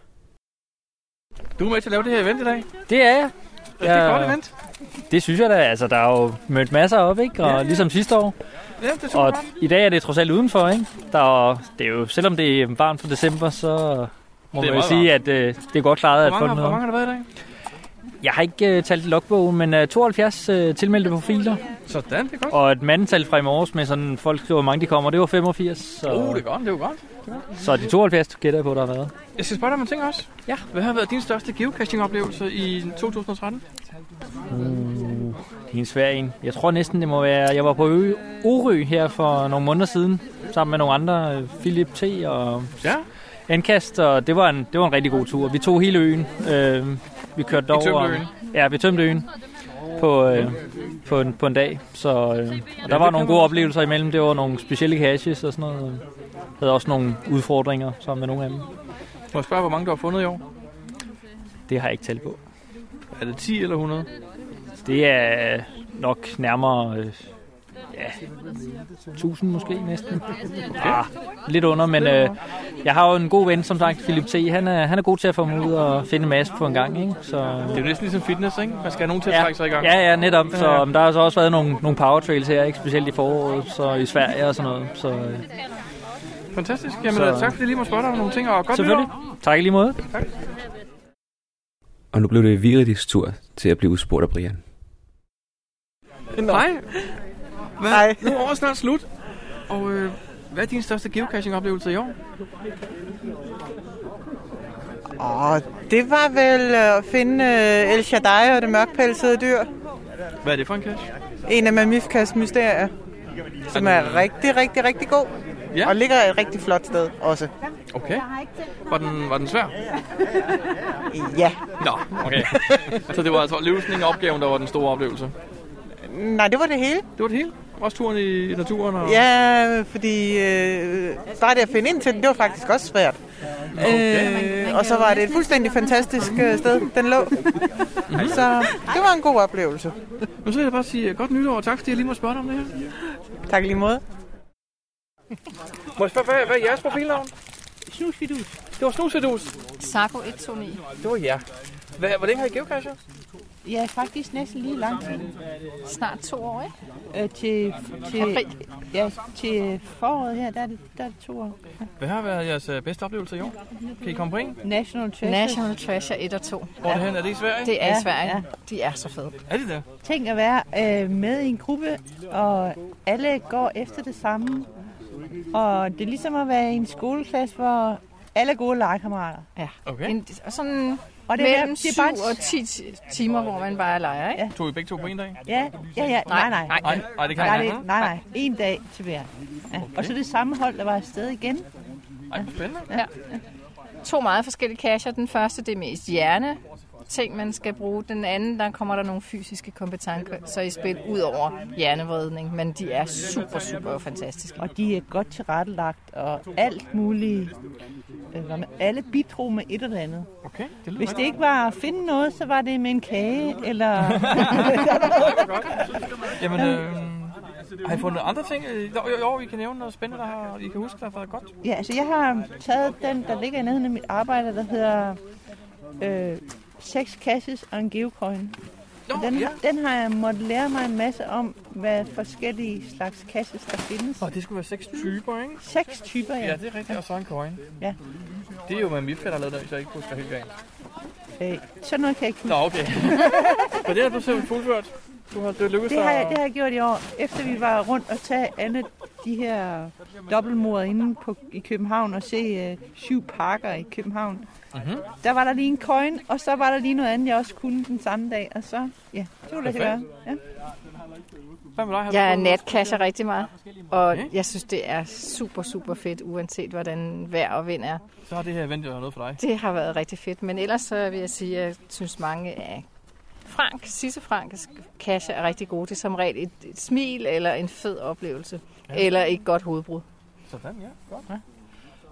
S1: Du er med til at lave det her event i dag.
S13: Det er jeg.
S1: Det er et
S13: Ja.
S1: godt event.
S13: Det synes jeg da, altså der er jo mødt masser op, ikke? Og
S1: Ja, ja.
S13: ligesom sidste år.
S1: Ja, det er super
S13: Og
S1: godt.
S13: i dag er det trods alt udenfor, ikke? Der er, jo- det er jo, selvom det er varmt for december, så må
S1: Det er
S13: man jo
S1: meget
S13: sige, at øh, det er godt klaret,
S1: Hvor
S13: at
S1: mange,
S13: folk
S1: har, hvor mange
S13: møder.
S1: har der været i dag?
S13: Jeg har ikke øh, talt i logbogen, men øh, 72 øh, tilmeldte profiler.
S1: Sådan, det er godt.
S13: Og et mandetal fra i morges med sådan, folk skriver, hvor mange de kommer, det var 85. Så,
S1: Uh, det er godt, det er godt. Det er godt.
S13: så de 72 gætter jeg på, der har været.
S1: Jeg skal spørge dig om en ting også. Ja. Hvad har været din største geocaching-oplevelse i 2013?
S13: Uh, det er en svær en. Jeg tror næsten, det må være... Jeg var på ø Orø her for nogle måneder siden, sammen med nogle andre, øh, Philip T. og ja. Ankast, og det var, en, det var en rigtig god tur. Vi tog hele øen. Øh, vi kørte
S1: I
S13: over...
S1: tømte øen?
S13: Ja, vi tømte øen på, øh, på, en, på en dag. Så øh, og der var
S1: kan
S13: nogle
S1: man
S13: gode
S1: også.
S13: oplevelser imellem. Det var nogle specielle caches og sådan noget. havde også nogle udfordringer sammen med nogle af dem.
S1: Må jeg spørge, hvor mange du har fundet i år?
S13: Det har jeg ikke talt på.
S1: Er det 10 eller 100?
S13: Det er nok nærmere øh, ja, 1000 måske næsten. Ah, lidt under, men øh, jeg har jo en god ven, som sagt, Philip T. Han er, han er god til at få mig ud og finde en masse på en gang. Ikke? Så,
S1: Det er jo næsten ligesom fitness, ikke? Man skal have nogen til at
S13: ja,
S1: trække sig i gang. Øh,
S13: Ja, ja, netop. Så um, der har så også været nogle, nogle power trails her, ikke? specielt i foråret, så i Sverige og sådan noget. Så, øh,
S1: Fantastisk. Jamen,
S13: Så-
S1: tak fordi jeg lige må spørge dig om nogle ting, og godt
S13: selvfølgelig.
S1: nytår.
S13: Tak i lige måde.
S1: Tak.
S2: Og nu blev det Viridis tur til at blive udspurgt af Brian.
S1: Hej. Hvad? Hej. Nu er året snart slut. Og øh, hvad er din største geocaching-oplevelse i år?
S15: Åh, det var vel øh, at finde øh, El Shaddai og det mørkpelsede dyr.
S1: Hvad er det for en kasse?
S15: En af Mamifkas mysterier, som er rigtig, rigtig, rigtig god.
S1: Ja.
S15: Og ligger et rigtig flot sted også.
S1: Okay. Var den, var den svær?
S15: Ja.
S1: Nå,
S16: [LAUGHS]
S1: okay. så det var altså løsningen af opgaven, der var den store oplevelse.
S15: Nej, det var det hele.
S1: Det var det hele? Også turen i naturen? Og...
S15: Ja, fordi øh, bare det at finde ind til den, det var faktisk også svært. Okay. Øh, og så var det et fuldstændig fantastisk øh, sted, den
S1: [LAUGHS]
S15: lå. Så det var en god oplevelse.
S1: Men så vil jeg bare sige øh, godt nytår, og tak fordi jeg lige må spørge dig om det her.
S15: Tak i lige måde.
S1: Må jeg spørge, hvad, hvad er jeres profilnavn?
S16: Snusfidus.
S1: Det var Snusedus.
S16: Sako 129.
S1: Det var jer. Hvad, hvor længe har I geocacher?
S16: Ja, faktisk næsten lige lang tid. Snart to år, ikke? Øh, til, til, ja, til foråret her, der er det, der er det to år.
S1: Hvad har været jeres øh, bedste oplevelse i år? Kan I komme på en?
S16: National Treasure. National Treasure 1 og 2.
S1: Hvor er det hen? Er det i Sverige?
S16: Det er
S1: Ja,
S16: i Sverige.
S1: ja.
S16: Ja. De er så fede.
S1: Er det der?
S16: Tænk at være øh, med i en gruppe, og alle går efter det samme. Og det er ligesom at være i en skoleklasse, hvor alle er gode legekammerater.
S17: Ja.
S1: Okay.
S17: En, sådan
S16: Og
S17: og
S16: det
S17: det
S16: er-
S17: mellem
S16: det er
S17: 7
S16: bare-
S17: og 10 ti- timer, hvor man bare leger, ikke? Ja.
S1: Tog I begge to på en dag?
S16: Ja, ja, ja. Nej, nej.
S1: Nej, nej, nej, det kan
S16: nej,
S1: jeg
S16: det-
S1: ikke.
S16: nej, nej. En dag til hver. Ja. Og så det samme hold, der var afsted igen.
S1: Ej, hvor spændende.
S16: Ja.
S17: To meget forskellige kasser. Den første, det er mest hjerne ting, man skal bruge. Den anden, der kommer der nogle fysiske kompetencer i spil, ud over hjernevridning. Men de er super, super fantastiske.
S16: Og de er godt tilrettelagt og alt muligt. øh, hvad med- Alle bidrog med et eller andet.
S1: Okay, det
S16: Hvis det ikke var at finde noget, så var det med en kage,
S1: [LAUGHS]
S16: eller...
S1: Jamen, øh, har I fundet andre ting? Øh, Jo, jo, jo, I kan nævne noget spændende, der har, I kan huske, der har været godt.
S16: ja, altså jeg har taget den, der ligger i nærheden af mit arbejde, der hedder... Øh, seks kasses og en geocoin. Og den,
S1: ja.
S16: den har jeg måttet lære mig en masse om, hvad forskellige slags kasses der findes.
S1: Og det skulle være seks typer, ikke?
S16: Seks typer, ja.
S1: Ja, det er rigtigt, og så en coin.
S16: Ja.
S1: Det er jo med Mifka, der har lavet den, hvis jeg ikke husker helt galt.
S16: Øh, sådan noget kan jeg ikke huske.
S1: Nå, okay. [LAUGHS] Men det har du simpelthen fuldført. Du har, det er lykkedes
S16: [LAUGHS] Det har,
S1: at-
S16: jeg, det har jeg gjort i år, efter vi var rundt og tage alle de her dobbeltmord inde på, i København og se øh, syv parker i København.
S1: Mhm.
S16: Der var der lige en coin, og så var der lige noget andet, jeg også kunne den samme dag. Og så, ja, det var det, jeg gøre. Ja.
S1: Hvad med dig? Har du
S17: Jeg er
S1: fået-
S17: natkasser rigtig meget, og jeg synes, det er super, super fedt, uanset hvordan vejr og vind er.
S1: Så har det her event jo været noget for dig.
S17: Det har været rigtig fedt, men ellers så vil jeg sige, at jeg synes mange af Frank, Sisse Franks kasse er rigtig gode. Det er som regel et, et smil eller en fed oplevelse,
S1: Ja.
S17: ja. eller et godt hovedbrud.
S1: Sådan, ja. Godt. Ja.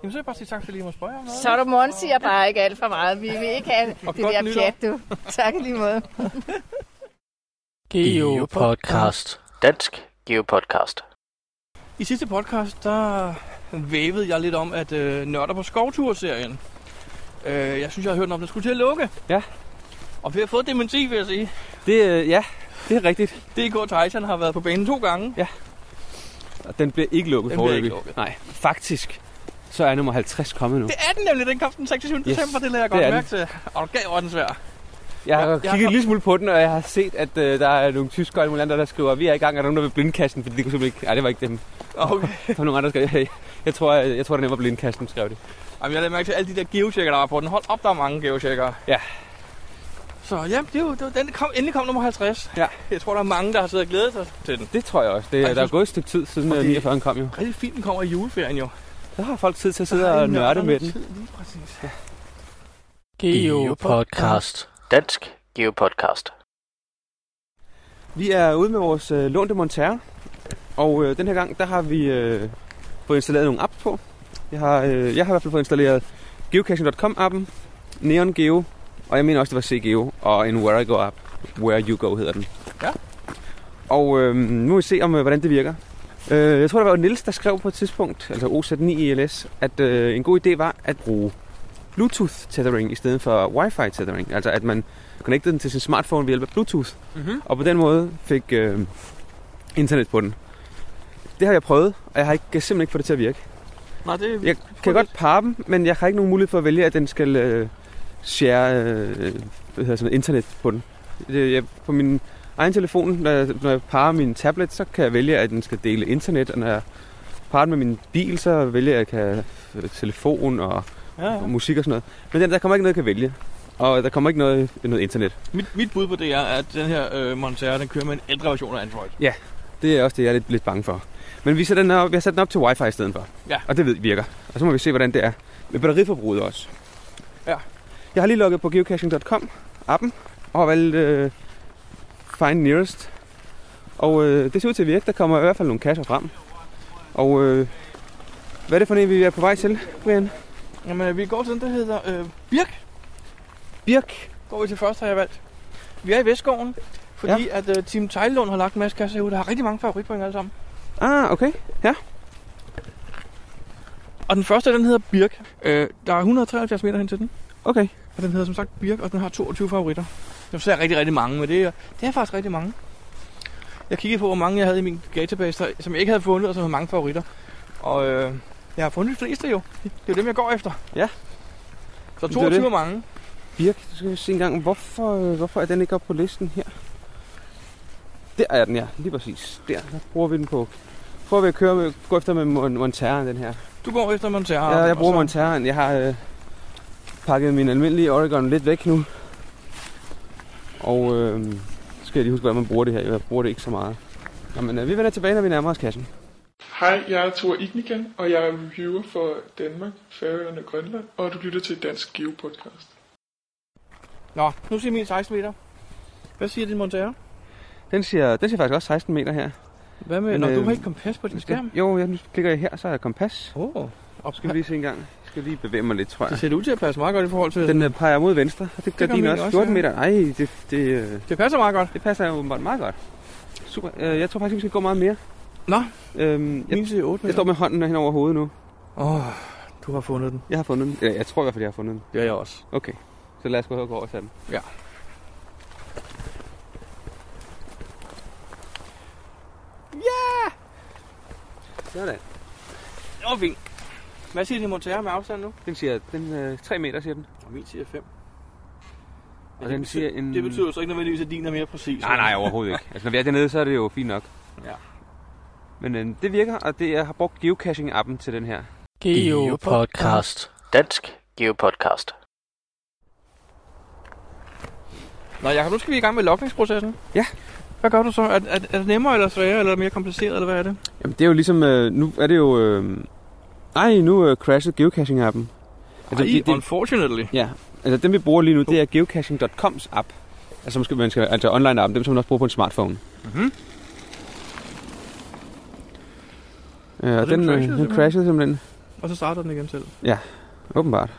S1: Jamen, så vil jeg bare sige tak, fordi I må spørge om noget.
S17: Så er du morgen, siger bare ikke alt for meget. Vi vil ikke have
S1: Og
S17: det
S1: godt
S17: der
S1: nytår.
S17: pjat, du. Tak i lige måde.
S3: Geopodcast. Dansk Geopodcast.
S1: I sidste podcast, der vævede jeg lidt om, at øh, Nørder på skovtur-serien, øh, jeg synes, jeg har hørt om, den skulle til at lukke.
S2: Ja.
S1: Og vi har fået dementi, vil jeg sige.
S2: Det, øh, ja, det er rigtigt.
S1: DK Tyson har været på banen to gange.
S2: Ja. Og den bliver ikke lukket
S1: Den bliver
S2: foreløbig.
S1: ikke lukket.
S2: Nej, faktisk, så er nummer 50 kommet nu.
S1: Det er den nemlig, den kom den 26.
S2: Yes,
S1: december, det lader
S2: det
S1: jeg godt
S2: er den.
S1: mærke til. Og du gav over den svær.
S2: Jeg har
S1: jeg-
S2: kigget en lille smule på den, og jeg har set, at øh, der er nogle tyskere og alle mulige andre, der skriver, at vi er i gang, og der er nogen, der vil blindkasten, fordi det kunne simpelthen ikke... Nej, det var ikke dem.
S1: Okay.
S2: [LAUGHS] Der var nogle andre, der skrev, jeg, jeg, tror, jeg, jeg tror, det nemmer blindkasten, skrev det.
S1: Jamen, jeg lader mærke til alle de der geotjekker, der var på den. Hold op, der er mange geotjekkere.
S2: Ja.
S1: Så ja, det var, det var den kom, endelig kom nummer 50.
S2: Ja.
S1: Jeg tror, der er mange, der har siddet og glædet sig til den.
S2: Det tror jeg også. Det,
S1: jeg
S2: Øh, der er
S1: synes-
S2: gået et stykke tid siden, fordi... 49 kom jo.
S1: Rigtig fint, den kommer i juleferien jo.
S2: Der har folk tid til at sidde
S1: Ej,
S2: og nørde
S1: nørderne
S2: med den.
S1: tid, lige præcis.
S3: Geopodcast. Dansk Geopodcast.
S2: Vi er ude med vores øh, lånte Montero, og øh, den her gang, der har vi øh, fået installeret nogle apps på. Jeg har, øh, jeg har i hvert fald fået installeret geocaching.com-appen, Neon Geo, og jeg mener også, det var CGeo, og en Where I Go app. Where You Go hedder den.
S1: Ja.
S2: Og øh, nu må vi se, om, øh, hvordan det virker. Øh, jeg tror, det var Nils der skrev på et tidspunkt, altså OZ9 ILS, at øh, en god idé var at bruge Bluetooth tethering i stedet for Wi-Fi tethering. Altså at man connectede den til sin smartphone ved hjælp af Bluetooth.
S1: Mhm.
S2: Og på den måde fik øh, internet på den. Det har jeg prøvet, og jeg har ikke, kan simpelthen ikke få det til at virke.
S1: Nej, det er
S2: Jeg kan godt parre dem, men jeg har ikke nogen mulighed for at vælge, at den skal øh, share øh, hvad hedder sådan noget, internet på den. Det, jeg, på min egen telefon, når jeg, når jeg parer min tablet, så kan jeg vælge, at den skal dele internet, og når jeg parer den med min bil, så vælger jeg, at jeg kan øh, telefon og
S1: Ja,
S2: ja,
S1: ja.
S2: ja. musik og sådan noget. Men den, der kommer ikke noget, jeg kan vælge. Og der kommer ikke noget, noget internet.
S1: Mit, mit bud på det er, at den her øh, Montero, den kører med en ældre version af Android.
S2: Ja, det er også det, jeg er lidt, lidt bange for. Men vi, sætter den op, vi har sat den op til wifi i stedet for.
S1: Ja.
S2: Og det ved, virker. Og så må vi se, hvordan det er. Med batteriforbruget også.
S1: Ja.
S2: Jeg har lige logget på geocaching.com, appen, og valgt øh, Find Nearest. Og øh, det ser ud til at virke. Der kommer i hvert fald nogle kasser frem. Og øh, hvad er det for en, vi er på vej til, Brian?
S1: Jamen, øh, vi går til den, der hedder øh, Birk.
S2: Birk?
S1: Går vi til først, har jeg valgt. Vi er i Vestskoven, fordi ja. at øh, Team Tejlund har lagt en masse kasser ud. Der har rigtig mange favoritpoint alle sammen.
S2: Ah, okay. Ja.
S1: Og den første, den hedder Birk. Øh, der er 173 meter hen til den.
S2: Okay.
S1: Og den hedder som sagt Birk, og den har 22 favoritter. Jeg ser rigtig, rigtig mange, men det er, det er faktisk rigtig mange. Jeg kiggede på, hvor mange jeg havde i min database, der- som jeg ikke havde fundet, og som havde mange favoritter. Og øh, jeg har fundet de fleste jo. Det er jo dem, jeg går efter.
S2: Ja.
S1: Så
S2: det.
S1: 22 er mange.
S2: Birk, du skal vi se engang, hvorfor, øh, hvorfor er den ikke oppe på listen her? Der er den, ja. Lige præcis. Der, der bruger vi den på. Prøver vi at køre med, gå efter med Mon- Monteren, den her.
S1: Du går efter Montero.
S2: Ja, jeg bruger
S1: Ah, og så-
S2: Monteren. Jeg har øh, pakket min almindelige Oregon lidt væk nu. Og øh, så skal jeg lige huske, hvordan man bruger det her. Jeg bruger det ikke så meget. Nå, men øh, vi vender tilbage, når vi nærmer os kassen.
S18: Hej, jeg er Thor Ignikan, og jeg er reviewer for Danmark, Færøerne og Grønland, og du lytter til Dansk Geo-podcast.
S1: Nå, nu siger min 16 meter. Hvad siger din Montero?
S2: Den siger, den siger faktisk også 16 meter her.
S1: Hvad med- Nå, du har ikke kompas på din skærm?
S2: Jo, øh, jeg, nu klikker jeg her, så har jeg kompas.
S1: Åh, oh, op
S2: skal vi lige se en gang. Jeg skal lige bevæge mig lidt, tror jeg.
S1: Det ser ud til at passe meget godt i forhold til...
S2: Den øh, peger mod venstre, og det gør
S1: gør
S2: din
S1: min
S2: også.
S1: også,
S2: 14
S1: ja.
S2: meter. Ej, det, det, øh,
S1: det passer meget godt.
S2: Det passer åbenbart meget godt. Super. Øh, jeg tror faktisk, vi skal gå meget mere.
S1: Nå.
S2: Øhm, jeg,
S1: siger 8
S2: Jeg står med hånden hen over hovedet nu.
S1: Åh, oh, du har fundet den.
S2: Jeg har fundet den. Eller, jeg tror i hvert fald, jeg har fundet den.
S1: Det har jeg også.
S2: Okay. Så lad os gå og gå over til den.
S1: Ja. Ja!
S2: Sådan.
S1: Det var fint. Hvad siger din Montero med afstand nu?
S2: Den siger, den øh, 3 meter, siger den.
S1: Og min siger 5.
S2: Og den siger en...
S1: Det betyder jo så ikke nødvendigvis, at din er mere præcis.
S2: Nej, nej, overhovedet ikke. Altså, når vi er dernede, så er det jo fint nok.
S1: Ja.
S2: Men øh, det virker, og det, jeg har brugt geocaching-appen til den her.
S3: Geopodcast. Dansk Geopodcast.
S1: Nå, Jacob, nu skal vi i gang med lokningsprocessen.
S2: Ja.
S1: Hvad gør du så? Er, er, er det nemmere eller sværere, eller mere kompliceret, eller hvad er det?
S2: Jamen, det er jo ligesom... Øh, nu er det jo... Øh, ej, nu øh, crashed geocaching-appen.
S1: Ej, unfortunately.
S2: Ja, altså den vi bruger lige nu, det er geocaching.coms app. Altså, måske, man skal, altså online-appen, dem som man også bruger på en smartphone.
S1: Mm-hmm.
S2: Øh, og
S1: den
S2: den, øh,
S1: crashede
S2: den
S1: simpelthen?
S2: crashede simpelthen.
S1: Og så starter den igen selv.
S2: Ja, åbenbart.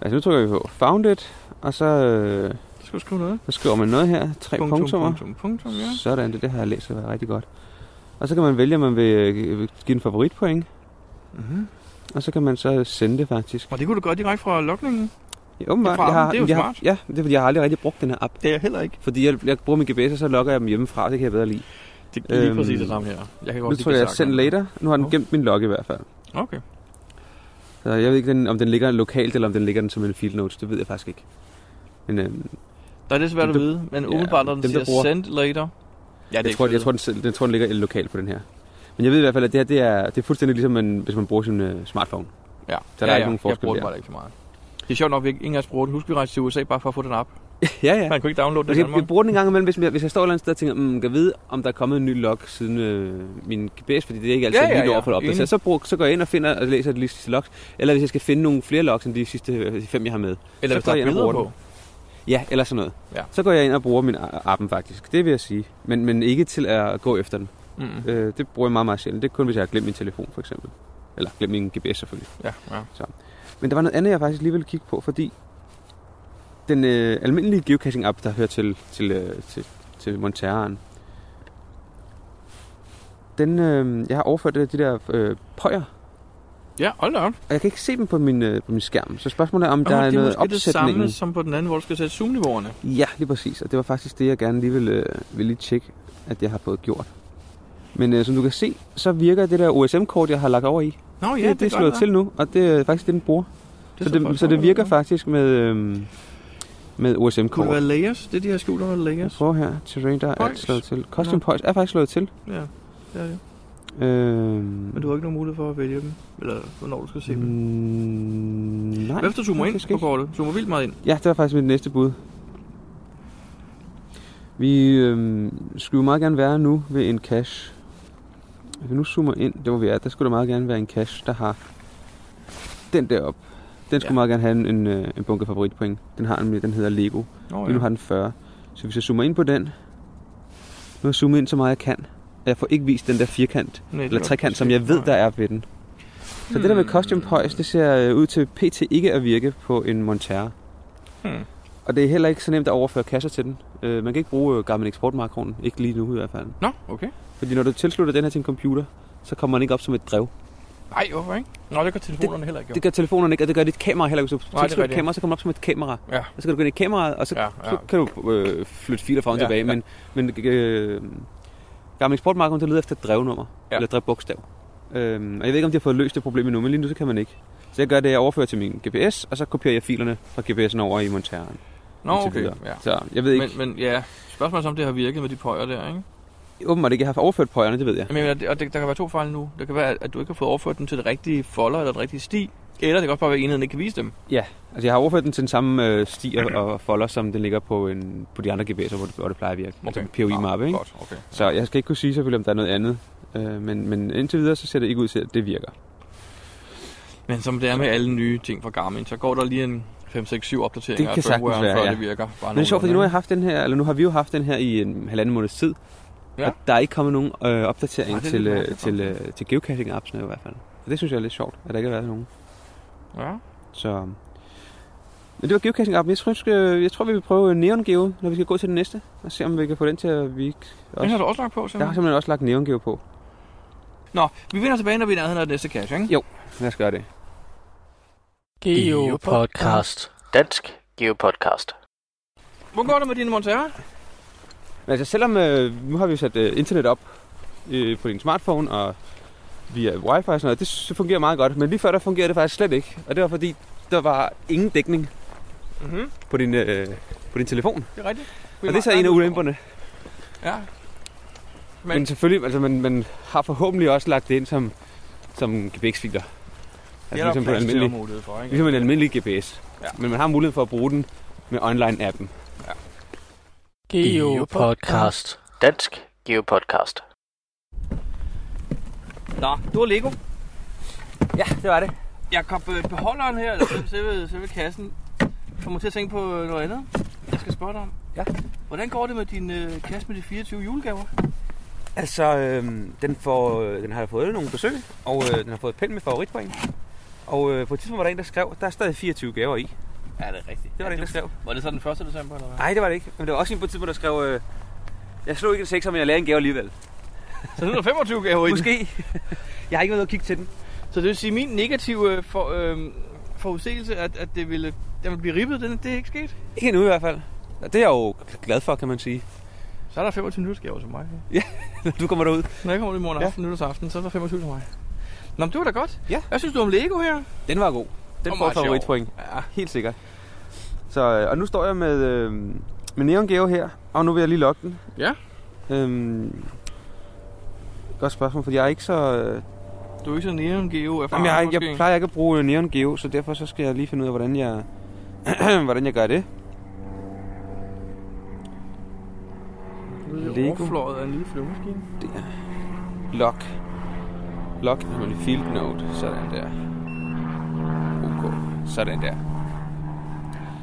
S2: Altså nu trykker vi på Found it, og så... Øh,
S1: skal du skrive noget.
S2: Så skriver man noget her. Tre
S1: Punktum,
S2: punktummer.
S1: punktum, punktum, ja.
S2: Sådan, det, det har jeg læst, så det var rigtig godt. Og så kan man vælge, om man vil øh, give en favoritpoint.
S1: Mhm.
S2: Og så kan man så sende det faktisk.
S1: Og det kunne du gøre direkte fra lokningen.
S2: Ja, åbenbart.
S1: Fra
S2: jeg har,
S1: appen, det er jo
S2: jeg
S1: smart.
S2: Har, ja, det er fordi, jeg har aldrig rigtig brugt den her app.
S1: Det er jeg heller ikke.
S2: Fordi jeg, jeg bruger min GPS, og så logger jeg dem hjemmefra, og det kan jeg bedre lide. Øhm,
S1: Det er lige præcis det samme her. Jeg kan
S2: nu
S1: godt lide
S2: tror jeg, jeg
S1: Bizarre
S2: send
S1: Gang.
S2: later. Nu har den gemt min log i hvert fald.
S1: Okay.
S2: Så jeg ved ikke, den- om den ligger lokalt, eller om den ligger den som en field notes. Det ved jeg faktisk ikke. Men, øhm,
S1: Der er det svært at
S2: dem, der-
S1: vide, men umiddelbart, når den
S2: dem, der bruger-
S1: siger send later. Ja, det er
S2: jeg, tror,
S1: ikke
S2: jeg, tror, den, selv- den, tror, den ligger lokalt på den her. Men jeg ved i hvert fald, at det her det er, det er fuldstændig ligesom, man, hvis man bruger sin øh, smartphone.
S1: Ja,
S2: Så der
S1: ja,
S2: er
S1: ja.
S2: ikke nogen
S1: jeg
S2: forskel
S1: bruger den
S2: der.
S1: bare ikke så meget. Det er sjovt nok, at vi ikke engang bruger den. Husk, vi rejste til USA bare for at få den app.
S2: [LAUGHS] ja, ja.
S1: Man kunne ikke downloade den i
S2: Jeg,
S1: Danmark.
S2: jeg bruger den en gang imellem, hvis jeg, hvis jeg står et eller andet sted og tænker, mm, kan jeg vide, om der er kommet en ny log siden øh, min GPS, fordi det er ikke altid
S1: Ja,
S2: ja, ja,
S1: ja,
S2: lige
S1: ja.
S2: over for det opdateret.
S1: Enig.
S2: Så, brug, så går jeg ind og finder og læser de sidste logs. Eller hvis jeg skal finde nogle flere logs end de sidste øh, de fem, jeg har med.
S1: Eller
S2: så
S1: hvis der
S2: går
S1: er
S2: jeg ind og
S1: billeder
S2: bruger den. Ja, eller sådan noget.
S1: Ja.
S2: Så går jeg ind og bruger min a- appen faktisk. Det vil jeg sige. Men, men ikke til at gå efter den.
S1: Mm.
S2: Øh, det bruger jeg meget, meget sjældent. Det er kun, hvis jeg har glemt min telefon for eksempel. Eller glemt min GPS selvfølgelig.
S1: Ja, ja.
S2: Så. Men der var noget andet, jeg faktisk lige ville kigge på, fordi den øh, almindelige geocaching-app, der hører til, til, øh, til, til Monterren, den, øh, jeg har overført øh, de der øh, pøjer,
S1: Ja, hold da op.
S2: og jeg kan ikke se dem på min, øh, på min skærm. Så spørgsmålet er, om
S1: Nå,
S2: der er
S1: det er
S2: noget
S1: måske det
S2: opsætning.
S1: samme som på den anden, hvor du skal sætte zoom-niveauerne.
S2: Ja, lige præcis. Og det var faktisk det, jeg gerne lige ville, øh, ville lige tjekke, at jeg har fået gjort. Men øh, som du kan se, så virker det der OSM-kort, jeg har lagt over i.
S1: Nå ja,
S2: det,
S1: det er
S2: det, det er
S1: godt
S2: slået
S1: nok.
S2: til nu, og det er faktisk det, den bruger.
S1: Det
S2: så,
S1: ser
S2: det,
S1: faktisk
S2: så det
S1: meget
S2: virker faktisk med, øhm, med
S1: Kunne det være
S2: OSM-kort.
S1: layers? Det er de her skjult under layers.
S2: Prøv her, terrain, der er alt
S1: Points.
S2: Øh, slået til. Custom points er faktisk slået til.
S1: Ja, det er det.
S2: Øhm,
S1: Men du har ikke nogen mulighed for at vælge dem, eller hvornår du skal se dem.
S2: mm, nej.
S1: Hvad hvis du zoomer ind
S2: faktisk
S1: på
S2: ikke.
S1: kortet? Zoomer vildt meget ind.
S2: Ja, det var faktisk mit næste bud. Vi øhm, skulle jo meget gerne være nu ved en cache. Hvis vi nu zoomer ind, der hvor vi er, der skulle der meget gerne være en cache, der har den derop. Den skulle
S1: Ja.
S2: ja. meget gerne have en, en, øh, en bunke favoritpoint. Den har nemlig, den hedder Lego.
S1: Nå,
S2: Oh,
S1: ja.
S2: ja. Lige nu har den 40. Så hvis jeg zoomer ind på den, nu har jeg zoomet ind så meget jeg kan, og jeg får ikke vist den der firkant,
S1: Nej,
S2: Nej,
S1: det
S2: eller
S1: var
S2: trekant, som jeg ved, der er ved den. Så hmm. det der med costume poise, det ser øh, ud til pt. ikke at virke på en Montero.
S1: Hmm.
S2: Og det er heller ikke så nemt at overføre kasser til den. Øh, man kan ikke bruge øh, Garmin eksportmakronen. Ikke lige nu i hvert fald.
S1: Nå, okay.
S2: Fordi når du tilslutter den her til en computer, så kommer den ikke op som et drev.
S1: Nej, hvorfor ikke? Nå, det gør telefonerne heller ikke. jo.
S2: Det gør telefonerne ikke, og det gør dit kamera heller ikke. Hvis du
S1: Nej, det er
S2: tilslutter
S1: rigtigt.
S2: kamera, så kommer den op som et kamera.
S1: Ja.
S2: Og så kan du gå ind i kameraet, og så, ja,
S1: ja.
S2: ja. så kan du øh, flytte filer frem og
S1: Ja,
S2: tilbage.
S1: ja.
S2: Men, men øh, Garmin eksportmakronen, der leder efter et drevnummer.
S1: Ja.
S2: Ja. Eller et drevbogstav. Øhm, og jeg ved ikke, om de har fået løst det problem endnu, men lige nu så kan man ikke. Så jeg gør det, jeg overfører til min GPS, og så kopierer jeg filerne fra GPS'en over i monteren.
S1: Nå,
S2: Indtil
S1: okay.
S2: videre.
S1: Ja.
S2: Så jeg ved ikke,
S1: Men, men ja, spørgsmålet er, om det har virket med de pøjer der, ikke?
S2: åbenbart ikke, jeg har overført pøjerne, det ved jeg.
S1: Jamen, jeg mener, og det, der kan være to fejl nu. Det kan være, at du ikke har fået overført dem til det rigtige folder eller det rigtige sti. Eller det kan også bare være, at enheden ikke kan vise dem.
S2: Ja, altså jeg har overført den til den samme øh, sti og, og folder, som den ligger på, en, på de andre GPS'er, hvor det, hvor det plejer at virke. Okay. Altså en POI-mappe, ikke? Godt,
S1: okay.
S2: Så jeg skal ikke kunne sige selvfølgelig, om der er noget andet. Øh, men, men indtil videre, så ser det ikke ud til, at det virker.
S1: Men som det er med alle nye ting fra Garmin, så går der lige en 5, 6, 7
S2: Det
S1: opdateringer
S2: kan sagtens
S1: firmwaren,
S2: være,
S1: før
S2: ja.
S1: det virker.
S2: Men det er sjovt, fordi nu har, jeg haft den her, eller nu har vi jo haft den her i en halvanden måneds tid,
S1: Ja.
S2: ja. og der er ikke kommet nogen øh, opdatering Nej,
S1: Nej, det er
S2: til,
S1: lidt
S2: øh,
S1: mærkeligt,
S2: til, øh, til geocaching-appsene i hvert fald. Og det synes jeg er lidt sjovt, at der ikke har været nogen.
S1: Ja.
S2: Så... Men det var geocaching-appen. Jeg tror, vi skal- jeg tror, vi vil prøve Neon Geo, når vi skal gå til den næste, og se, om vi kan få den til at virke.
S1: Den har du også lagt på, simpelthen?
S2: Jeg har simpelthen også lagt Neon Geo på.
S1: Nå, vi vender tilbage, når vi er i nærheden af det næste cache, ikke?
S2: Jo, lad os gøre det.
S3: Geopodcast. Dansk Geopodcast.
S1: Hvor går det med dine Montero?
S2: Men altså selvom øh, nu har vi jo sat øh, internet op øh, på din smartphone og via wifi og sådan noget, det s- fungerer meget godt. Men lige før der fungerede det faktisk slet ikke, og det var fordi, der var ingen dækning
S1: Mhm.
S2: på din, øh, på din telefon.
S1: Det er rigtigt.
S2: Og det er så en af ulemperne.
S1: Ja.
S2: Men, men selvfølgelig, altså man, man har forhåbentlig også lagt det ind som, som GPX-filer.
S1: der
S2: Altså, ligesom på en
S1: plads til og
S2: almindelig,
S1: mulighed for, ikke?
S2: ligesom en almindelig GPS.
S1: Ja.
S2: Men man har mulighed for at bruge den med online-appen.
S3: Geopodcast. Dansk Geopodcast.
S1: Nå, du har Lego.
S2: Ja, det var det.
S1: Jakob, øh, beholderen her, eller selve- selve, selve kassen, kommer til at tænke på øh, noget andet, jeg skal spørge dig om.
S19: Ja.
S1: Hvordan går det med din øh, kasse med de 24 julegaver?
S19: Altså, øh, den, får, øh, den har fået nogle besøg, og øh, den har fået pind med favoritpoint. Og øh, på et tidspunkt var der en, der skrev, der er stadig 24 gaver i.
S1: Ja, det er rigtigt.
S19: Det var det, der skrev.
S1: Var det så den 1. december, eller hvad?
S19: Nej, det var det ikke. Men der var også en på et tidspunkt, der skrev, øh, jeg slog ikke en 6, men jeg lagde en gave alligevel.
S1: Så nu er der 25 gaver i den.
S19: Måske. Jeg har ikke været ude og kigge til den.
S1: Så det vil sige, at min negative for, øh, forudsigelse, at, at det ville, den ville blive ribbet, den, det er ikke sket?
S2: Ikke endnu i hvert fald. Og det er jeg jo glad for, kan man sige. [LAUGHS]
S1: Så er der 25 nytårsgaver til mig.
S2: Ja, når du kommer derud.
S1: Når jeg kommer ud i morgen
S2: Ja.
S1: aften, ja. nytårsaften, så er der 25 til mig. Nå, men det var da godt.
S2: Ja.
S1: Hvad synes du om Lego her?
S2: Den var god. Den
S1: Og
S2: får
S1: meget sjov.
S2: favoritpoint. Ja. Helt sikkert. Så, øh, og nu står jeg med, øh, med Neon Geo her, og nu vil jeg lige logge den.
S1: Ja.
S2: Øhm, godt spørgsmål, for jeg er ikke så... Øh,
S1: Du er ikke så neon geo erfaren
S2: jamen, jeg, er ikke-
S1: måske?
S2: jeg plejer ikke at bruge Neon Geo, så derfor så skal jeg lige finde ud af, hvordan jeg, [CLEARS THROAT] hvordan jeg gør det.
S1: Det er
S2: Lego.
S1: overfløjet af en lille flyvemaskine.
S2: Det er... Log. Log, når man lige field note. Sådan der. OK. Sådan der.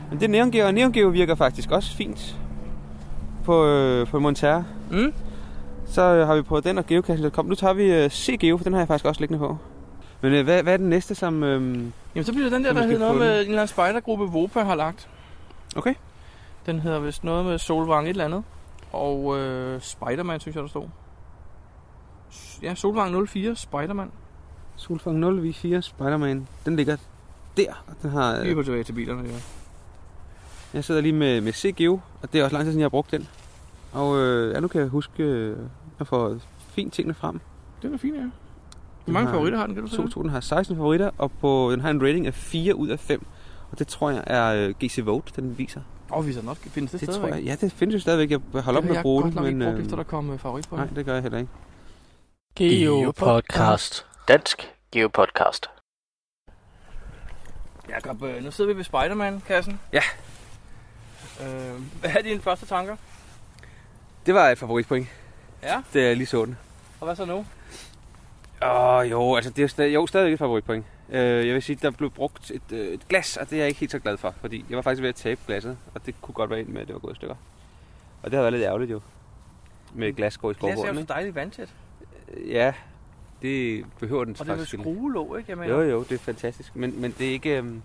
S2: Men det er Neon Geo, og Neon Geo virker faktisk også fint på, øh, på Montero.
S1: Mm.
S2: Så øh, har vi prøvet den og geocaching.com. Nu tager vi øh, C-Geo, for den har jeg faktisk også liggende på. Men øh, hvad, hvad er den næste, som... Øh, Jamen,
S1: så bliver Den der, der hedder noget med en eller anden spejdergruppe, Vopa har lagt.
S2: Okay.
S1: Den hedder vist noget med Solvang et eller andet. Og øh, Spiderman, synes jeg, der står. S- Ja, Solvang 04, Spiderman.
S2: Solfang 0, V4, Spider-Man. Den ligger der. og Den har,
S1: Vi er på tilbage til bilerne, ja.
S2: Jeg sidder lige med, med CGO, og det er også lang tid siden, jeg har brugt den. Og øh, ja, nu kan jeg huske øh, at få fint tingene frem.
S1: Den er fin, ja. Hvor mange favoritter har den, kan du se det?
S2: 2, den har 16 favoritter, og på, den har en rating af 4 ud af 5. Og det tror jeg er øh, GC Vote, den viser.
S1: Og vi så nok findes det,
S2: Det
S1: stadigvæk.
S2: tror jeg, ja, det findes jo stadigvæk. Jeg holder op med at bruge
S1: den.
S2: den,
S1: men... Jeg har godt nok ikke
S2: men...
S1: brugt, efter der kom øh, favorit på
S2: nej, det gør jeg heller ikke.
S3: Geopodcast. Dansk Geopodcast.
S1: Jakob, øh, nu sidder vi ved Spider-Man-kassen.
S2: Ja.
S1: Øh, [LAUGHS] hvad er dine første tanker?
S2: Det var et favoritpoint.
S1: Ja.
S2: Det er lige sådan.
S1: Og hvad så nu?
S2: Åh, jo, altså det er stadig, jo, stadig et favoritpoint. Øh, jeg vil sige, der blev brugt et, øh, et glas, og det er jeg ikke helt så glad for, fordi jeg var faktisk ved at tabe glasset, og det kunne godt være en med, at det var gået i stykker. Og det har været lidt ærgerligt jo, med et glas går i
S1: Glas er jo
S2: skovbunden,
S1: så
S2: ikke?
S1: dejligt vandtæt.
S2: Ja, det behøver den
S1: Og det er med
S2: faktisk ikke.
S1: skruelåg, ikke? Jeg mener.
S2: Jo, jo, det er fantastisk, men, men det er ikke... Øhm,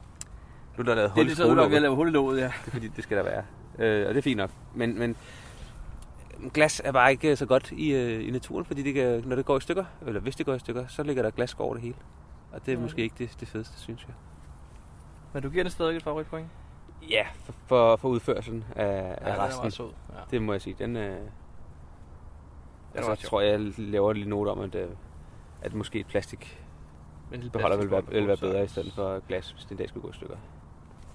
S2: nu er der lavet
S1: Det er
S2: hul i
S1: det, så vi har
S2: skruelåget.
S1: lavet hul i låget, ja.
S2: Det er fordi, det skal der være. Øh, og det er fint nok. Men, men glas er bare ikke så godt i, øh, i naturen, fordi det kan, når det går i stykker, eller hvis det går i stykker, så ligger der glas over det hele. Og det er
S1: Ja.
S2: måske ikke det, det fedeste, synes jeg.
S1: Men du giver det stadig et favoritpoint.
S2: Ja, for, for, for udførelsen af,
S1: den
S2: af
S1: er
S2: resten.
S1: meget sød, ja.
S2: Det må jeg sige. Den, øh, altså,
S1: ret
S2: jeg
S1: sjov.
S2: tror, jeg laver en lille note om, at, øh, at måske et plastik
S1: Men lille
S2: beholder vil være,
S1: plastikbold
S2: vil
S1: kunne
S2: være bedre i stedet for glas, hvis det en dag skulle gå i stykker.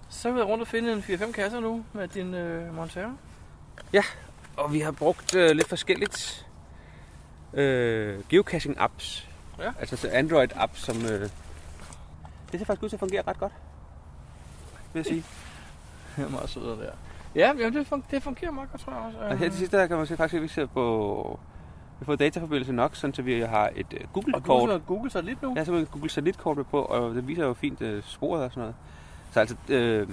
S1: Så er vi rundt og finde en 4-5 kasser nu med din øh, Montero.
S2: Ja, og vi har brugt øh, lidt forskelligt øh, geocaching-apps.
S1: Ja.
S2: Altså så Android-apps, som... Øh, det ser faktisk ud til at fungere ret godt, vil jeg sige.
S1: Det er meget sødere der. Ja, jamen, det, fun- det fungerer meget godt, tror jeg også.
S2: Og her til
S1: Øhm,
S2: sidst der kan man se faktisk, at vi ser på... Vi har fået dataforbindelse nok, sådan så vi har et øh,
S1: Og du har
S2: Google-kort.
S1: så Google så lidt nu.
S2: Ja, så man kan Google satellitkort med på, og det viser jo fint øh, sporet og sådan noget. Så altså, øh,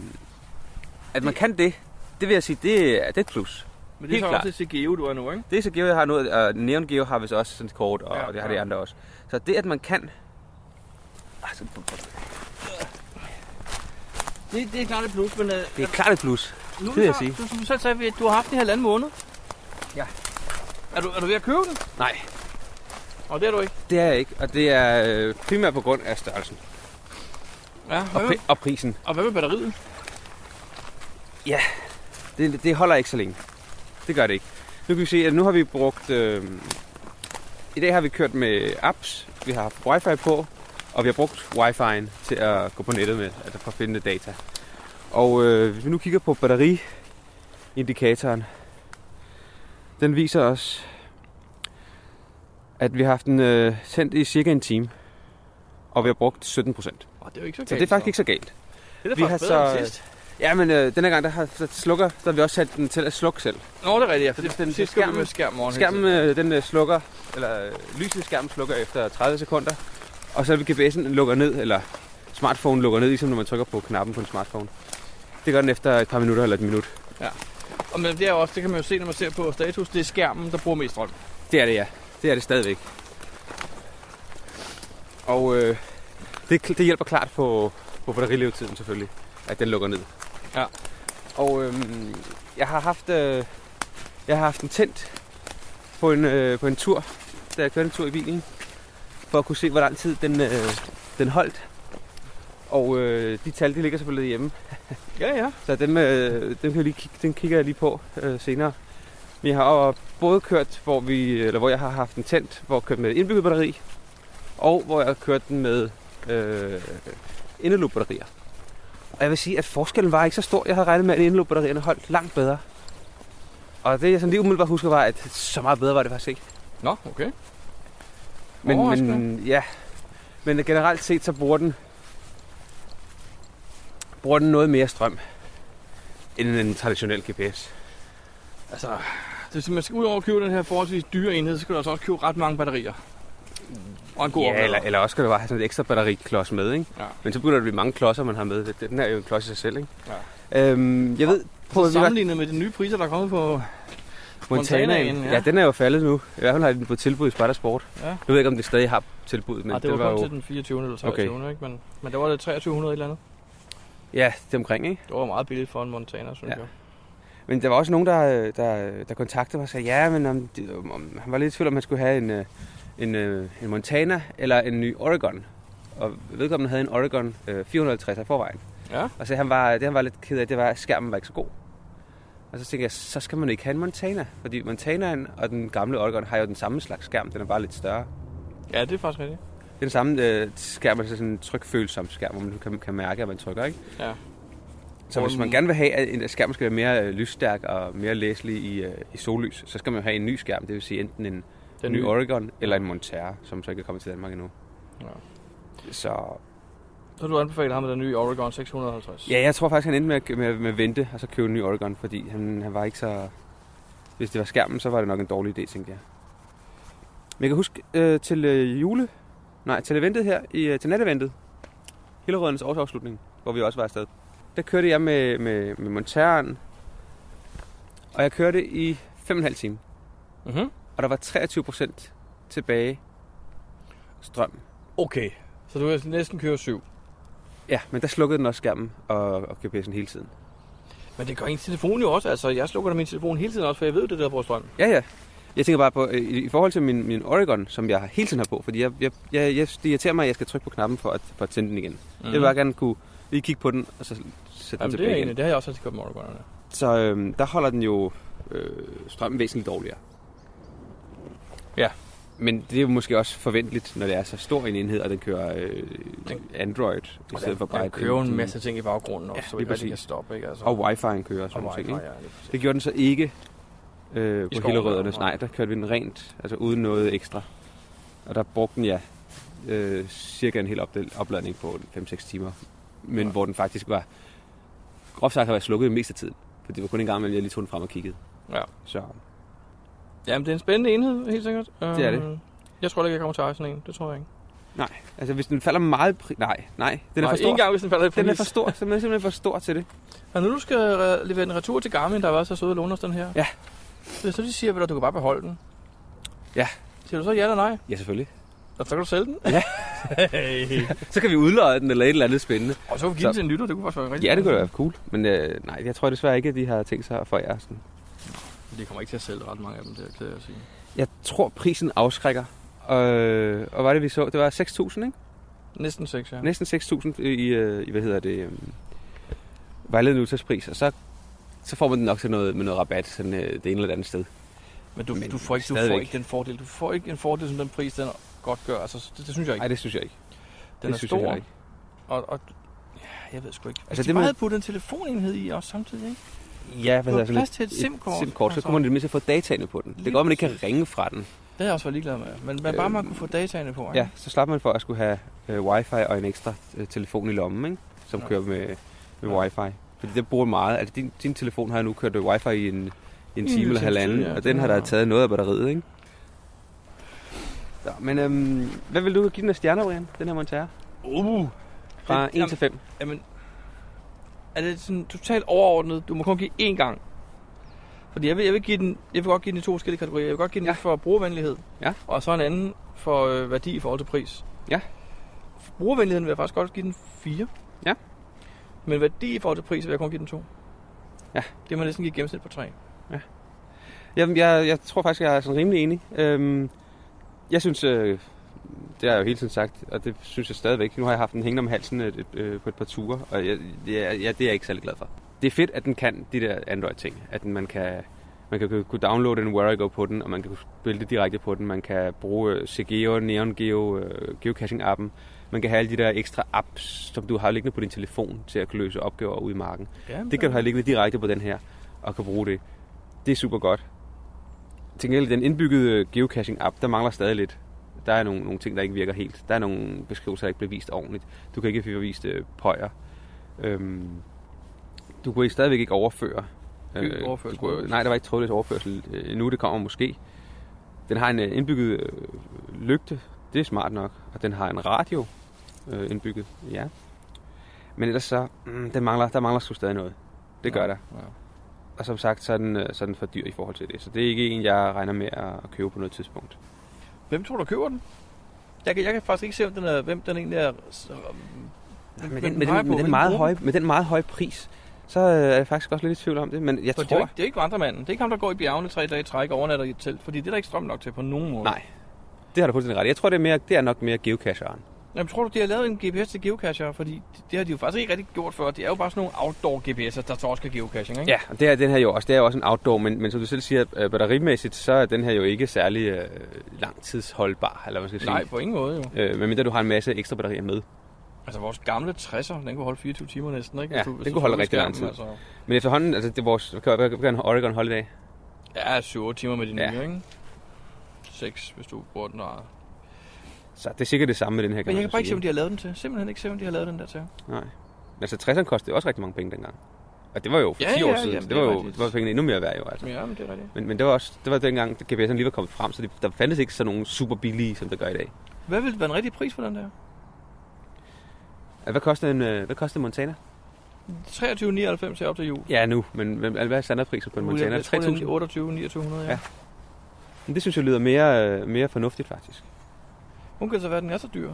S2: at man kan det, det vil jeg sige, det er, det er et plus.
S1: Men det er
S2: Helt
S1: så
S2: klart.
S1: også til CGO, du er nu, ikke?
S2: Det er så Geo, jeg har noget, og Neon Geo har vist også sådan et kort, og ja, det har de andre også. Så det, at man kan... Altså,
S1: Det, det er klart et plus, men... Øh,
S2: det er klart et plus,
S1: nu,
S2: det vil jeg
S1: så-
S2: sige.
S1: Du, som du selv sagde, at du har haft den i halvanden måned.
S2: Ja.
S1: Er du, er du ved at købe den?
S2: Nej,
S1: Og det er du ikke.
S2: det er jeg ikke, og det er øh, primært på grund af størrelsen
S1: Ja,
S2: og,
S1: hvad med,
S2: pri- og prisen.
S1: og hvad med batteriet?
S2: Ja, det, det holder ikke så længe. Det gør det ikke. Nu kan vi se, at nu har vi brugt... Øh, I dag har vi kørt med apps, vi har haft wifi på, og vi har brugt wifi'en til at gå på nettet med, altså for at finde data. Og øh, hvis vi nu kigger på batteriindikatoren, den viser os, at vi har haft den øh, sendt i cirka en time, og vi har brugt 17 procent.
S1: det er jo ikke så
S2: Så
S1: galt,
S2: det er faktisk ikke så galt.
S1: Det er da faktisk bedre end sidst.
S2: Ja, men øh, denne gang, der, har, der slukker, der har vi også sat den til at slukke selv.
S1: Nå, det er rigtigt, ja. For det, den, sidste skærmen, med skærmen over hele
S2: Skærmen, øh, den øh, slukker, eller øh, lyset i skærmen slukker efter 30 sekunder. Og så GPS'en lukker ned, eller smartphone lukker ned, ligesom når man trykker på knappen på en smartphone. Det gør den efter et par minutter eller et minut.
S1: Ja. Og men det er jo også, det kan man jo se, når man ser på status, det er skærmen, der bruger mest strøm.
S2: Det er det, ja. Det er det stadigvæk. Og øh, det, det hjælper klart på, på batterilevetiden selvfølgelig, at den lukker ned.
S1: Ja.
S2: Og øhm, jeg har haft øh, jeg har haft den tændt på en, øh, på en tur, da jeg kørte en tur i bilen, for at kunne se, hvor lang tid den, øh, den holdt. Og øh, de tal, de ligger selvfølgelig hjemme.
S1: [LAUGHS] Ja, ja.
S2: Så dem, øh, dem kan jeg lige kigge, den kigger jeg lige på øh, senere. Vi har også både kørt, hvor, vi, eller hvor jeg har haft den tændt, hvor jeg kørt med indbygget batteri, og hvor jeg har kørt den med øh, indelåbbatterier. Og jeg vil sige, at forskellen var ikke så stor. Jeg havde regnet med, at indelåbbatterierne holdt langt bedre. Og det, jeg sådan lige umiddelbart husker, var, at så meget bedre var det faktisk ikke.
S1: Nå, okay.
S2: Men, men,
S1: Overraskende.
S2: ja. men øh, generelt set, så bruger den, bruger den noget mere strøm end en traditionel GPS.
S1: Altså, det vil sige, man skal ud over at købe den her forholdsvis dyre enhed, så skal du altså også købe ret mange batterier. Og en god
S2: ja,
S1: oplader.
S2: eller, eller også skal du bare have sådan et ekstra batteriklods med, ikke?
S1: Ja.
S2: Men så begynder det at blive mange klodser, man har med. Det- Den er jo en klods i sig selv, ikke?
S1: Ja.
S2: Øhm, jeg ved...
S1: Så
S2: at vi var-
S1: sammenlignet med de nye priser, der er kommet på Montanaen.
S2: ja. ja. den er jo faldet nu. I hvert fald har den på tilbud i Sparta Sport.
S1: Ja.
S2: Nu ved jeg ikke, om det stadig har tilbud, men
S1: Ej, Ah, det var
S2: den var
S1: kun
S2: jo...
S1: til den 24. eller 23. Okay. Ikke? Men, men der var det 2300 et eller andet.
S2: Ja, det er omkring, ikke?
S1: Det var meget billigt for en Montana, synes ja.
S2: Ja.
S1: jeg.
S2: Men der var også nogen, der, øh, der, der kontaktede mig og sagde, ja, men om, det- om, om, han var lidt i tvivl, om han skulle have en, øh, en, øh, en Montana eller en ny Oregon. Og vedkommende havde en Oregon øh, 450 i forvejen.
S1: Ja.
S2: Og så han var, det, han var lidt ked af, det var, at skærmen var ikke så god. Og så tænkte jeg, så skal man ikke have en Montana. Fordi Montanaen og den gamle Oregon har jo den samme slags skærm. Den er bare lidt større.
S1: Ja, det er faktisk rigtigt.
S2: Det er den samme øh, skærm, altså sådan en trykfølsom skærm, hvor man kan, kan mærke, at man trykker, ikke?
S1: Ja.
S2: Så hvis man gerne vil have, at en skærm skal være mere øh, lysstærk og mere læselig i, øh, i sollys, så skal man jo have en ny skærm, det vil sige enten en
S1: Den
S2: Den ny
S1: nye.
S2: Oregon eller en Montero, som så ikke er kommet til Danmark endnu.
S1: Ja.
S2: Så
S1: Så du anbefaler ham med den nye Oregon 650.
S2: Ja, jeg tror faktisk, han endte med at, med, med at vente og så købe en ny Oregon, fordi han, han var ikke så... Hvis det var skærmen, så var det nok en dårlig idé, tænkte jeg. Men jeg kan huske øh, til øh, jule... Nej, til eventet her, i, øh, til nateventet. Hillerødens årsafslutning, hvor vi også var afsted. Der kørte jeg med, med, med Monteren, og jeg kørte i 5,5 timer.
S1: Mm-hmm.
S2: Og der var 23 procent tilbage strøm.
S1: Okay, så du vil næsten køre syv.
S2: Ja, men der slukkede den også skærmen og, og GPS'en hele tiden.
S1: Men det gør ens telefon jo også. Altså, jeg slukker da min telefon hele tiden også, for jeg ved, det der bruger strøm.
S2: Ja, ja. Jeg tænker bare på, øh, i i forhold til min, min Oregon, som jeg hele tiden har på, fordi jeg, jeg, jeg, jeg, det irriterer mig, at jeg skal trykke på knappen for at, for at tænde den igen. Mm. Jeg vil bare gerne kunne lige kigge på den, og så sætte den
S1: Mhm. Jamen, det
S2: tilbage
S1: er
S2: igen.
S1: egentlig, det har jeg også altid købt med Oregonerne.
S2: Så øhm, der holder den jo øh, strømmen væsentligt dårligere.
S1: Ja.
S2: Men det er jo måske også forventeligt, når det er så stor en enhed, og den kører øh, Android, i
S1: Og
S2: stedet
S1: den-
S2: for bare...
S1: den
S2: et-
S1: kører jo en masse ting i baggrunden også, så
S2: lige
S1: vi rigtig
S2: præcis.
S1: kan stoppe, ikke? Altså-
S2: Og wifi'en kører og sådan
S1: Og
S2: nogle ting,
S1: wifi,
S2: ikke?
S1: ja, lige præcis.
S2: det gjorde den så ikke øh, på
S1: skoven,
S2: Hillerødernes. Nej, der kørte vi den rent, altså uden noget ekstra. Og der brugte den, ja, øh, cirka en hel opdel- opladning på 5-6 timer. Men hvor den faktisk var, groft sagt, har været slukket mest af tiden. For det var kun en gang, imellem, jeg lige tog den frem og kiggede.
S1: Ja.
S2: Så
S1: Jamen, det er en spændende enhed, helt sikkert.
S2: Det er det.
S1: Øhm, Jeg tror ikke, jeg kommer til at eje sådan en. Det tror jeg ikke.
S2: Nej, altså hvis den falder meget... Pri- nej, nej. Den er
S1: Nej,
S2: for stor.
S1: ikke engang, hvis den falder i
S2: Den er
S1: pris.
S2: for stor. Den er simpelthen for stor til det.
S1: Og nu du skal øh, levere en retur til Garmin, der var så søde at låne os den her.
S2: Ja.
S1: Hvis så de siger, at du kan bare beholde den.
S2: Ja.
S1: Siger du så ja eller nej?
S2: Ja, selvfølgelig.
S1: Og så kan du sælge den? [LAUGHS]
S2: Ja.
S1: Hey.
S2: [LAUGHS] så kan vi udløje den eller et eller andet spændende.
S1: Og så kan vi give den til en lytter, det kunne faktisk være rigtig
S2: Ja, det
S1: godt.
S2: kunne da være cool. Men øh, nej, jeg tror desværre ikke, at de har tænkt sig at forære os den.
S1: De kommer ikke til at sælge ret mange af dem, det er jeg ked af at sige.
S2: Jeg tror, prisen afskrækker. Øh, og var det, vi så? Det var 6.000, ikke?
S1: Næsten 6, ja.
S2: Næsten 6.000 i, øh, i, hvad hedder det, øh, vejledende udtagspris. Og så, så får man den nok til noget, med noget rabat, sådan, øh, det ene eller det andet sted.
S1: Men du, Men du, får ikke, du får
S2: stadigvæk.
S1: ikke den fordel. Du får ikke en fordel, som den pris, den godt gør. Altså, det, det synes jeg ikke.
S2: Nej, det synes jeg ikke.
S1: Den
S2: Det
S1: er
S2: synes jeg
S1: stor.
S2: heller ikke.
S1: Og, og, ja, jeg ved sgu ikke. Hvis
S2: Altså,
S1: altså, de
S2: det
S1: bare
S2: med-
S1: havde puttet en telefonenhed i også samtidig, ikke?
S2: Ja, hvad hedder
S1: Du har
S2: sådan
S1: plads til et SIM-kort. altså.
S2: SIM-kort, så kunne man i det mindste få dataene på den. Det
S1: Lige
S2: går, godt, man ikke kan ringe fra den.
S1: Det har jeg også været ligeglad med. Men man bare man kunne få dataene på, ikke?
S2: Øh, Ja, så slap man for at skulle have øh, wifi og en ekstra øh, telefon i lommen, ikke? som
S1: Ja.
S2: kører med, med wifi. Fordi det bruger meget. Altså, din, din telefon har nu kørt øh, wifi i en, i en time
S1: En lille
S2: eller
S1: times
S2: halvanden,
S1: tid, ja.
S2: og den har da
S1: Ja.
S2: taget noget af batteriet, ikke? Så, men øhm, hvad vil du give den af stjerner, Brian, den her Montero?
S1: Uh.
S2: Fra 1 til 5.
S1: Jamen, er det sådan totalt overordnet? Du må kun give én gang. Fordi jeg vil, jeg vil, give den, jeg vil godt give den i to forskellige kategorier. Jeg vil godt give den ja. for brugervenlighed,
S2: ja.
S1: og så en anden for øh, værdi i forhold til pris.
S2: Ja.
S1: For brugervenligheden vil jeg faktisk godt give den 4.
S2: Ja.
S1: Men værdi i forhold til pris vil jeg kun give den 2.
S2: Ja.
S1: Det må næsten give et gennemsnit på 3.
S2: Jamen, jeg, jeg tror faktisk, jeg er sådan rimelig enig. Øhm, jeg synes, øh, det har jeg jo hele tiden sagt, og det synes jeg stadigvæk. Nu har jeg haft den hængende om halsen et, et, øh, på et par ture, og jeg, jeg, jeg, det er jeg ikke særlig glad for. Det er fedt, at den kan de der Android-ting. At den, man kan, man kan kunne downloade en Where I Go på den, og man kan kunne spille det direkte på den. Man kan bruge øh, CGeo, Neon Geo, øh, geocaching-appen. Man kan have alle de der ekstra apps, som du har liggende på din telefon til at kunne løse opgaver ude i marken.
S1: Jamen,
S2: det kan du have liggende direkte på den her, og kan bruge det. Det er super godt. Til gengæld, den indbyggede geocaching-app, der mangler stadig lidt. Der er nogle, nogle ting, der ikke virker helt. Der er nogle beskrivelser, der ikke bliver vist ordentligt. Du kan ikke få vist øh, pøjer. Øhm, du kunne stadigvæk ikke overføre. øh,
S1: Ikke overførsel.
S2: du kunne, nej, der var ikke trådløs overførsel øh, endnu. Det kommer måske. Den har en øh, indbygget øh, lygte. Det er smart nok. Og den har en radio øh, indbygget. Ja. Men ellers så, mm, den mangler, der mangler sgu stadig noget. Det gør der. Og som sagt, så er, den, øh, så er den for dyr i forhold til det. Så det er ikke en, jeg regner med at købe på noget tidspunkt.
S1: Hvem tror du køber den? Jeg kan, jeg kan faktisk ikke se, om den er, hvem den egentlig er. Så,
S2: Ja, med, den, med, den, med, den meget høje, med den meget høje pris, så øh, er jeg faktisk også lidt i tvivl om det. Men jeg
S1: for det, er
S2: tror...
S1: jo ikke, det er jo ikke vandremanden. Det er ikke ham, der går i bjergene tre dage i træk og overnatter i et telt. Fordi det er der ikke strøm nok til på nogen måde.
S2: Nej, det har du fuldstændig ret i. Jeg tror, det er, mere, det er nok mere geocacheren.
S1: Jamen, tror du, de har lavet en GPS til geocacher? Fordi det, det har de jo faktisk ikke rigtig gjort før. Det er jo bare sådan nogle outdoor GPS'er, der så også kan geocaching, ikke?
S2: Ja, og det er den her jo også. Det er jo også en outdoor, men, men som du selv siger, øh, batterimæssigt, så er den her jo ikke særlig øh, langtidsholdbar, eller hvad man skal
S1: Nej,
S2: sige.
S1: på ingen måde, jo.
S2: Øh, medmindre du har en masse ekstra batterier med.
S1: Altså, vores gamle 60'er, den kunne holde 24 timer næsten, ikke?
S2: Ja,
S1: Hvis du- hvis
S2: den
S1: du
S2: kunne holde
S1: tog
S2: rigtig lang tid.
S1: skærmen,
S2: Altså. Men efterhånden, altså det er vores, hvad kan, hvad kan Oregon holde i dag?
S1: Ja, 7 timer med de nye,
S2: Ja.
S1: ikke? 6, hvis du bruger den der.
S2: Så det er sikkert det samme med den her,
S1: Men jeg kan
S2: så
S1: bare ikke se,
S2: sige.
S1: om de har lavet den til. Simpelthen ikke se, om de har lavet den der til.
S2: Nej. Altså 60'erne kostede også rigtig mange penge dengang. Og det var jo for
S1: Ja,
S2: 10 år
S1: ja,
S2: siden,
S1: jamen,
S2: så
S1: det
S2: det var
S1: er
S2: jo
S1: rigtigt.
S2: det var pengene endnu mere værd jo. Altså.
S1: Ja, men det er rigtigt.
S2: Men, men det var også det var dengang, da GPS'en lige var kommet frem, så det, der fandtes ikke sådan nogle super billige, som der gør i dag.
S1: Hvad ville være en rigtig pris for den der?
S2: Altså, Hvad koster en, øh, hvad koster en Montana?
S1: 23,99 her op til jul.
S2: Ja, nu, men hvem- hvad er standardpriser på en Montana?
S1: Jeg tror, det
S2: 3.000?
S1: er 28-2900, ja. ja.
S2: Ja. Men det synes jeg lyder mere, øh, mere fornuftigt faktisk.
S1: Hun kan så være, at den er så dyr. Er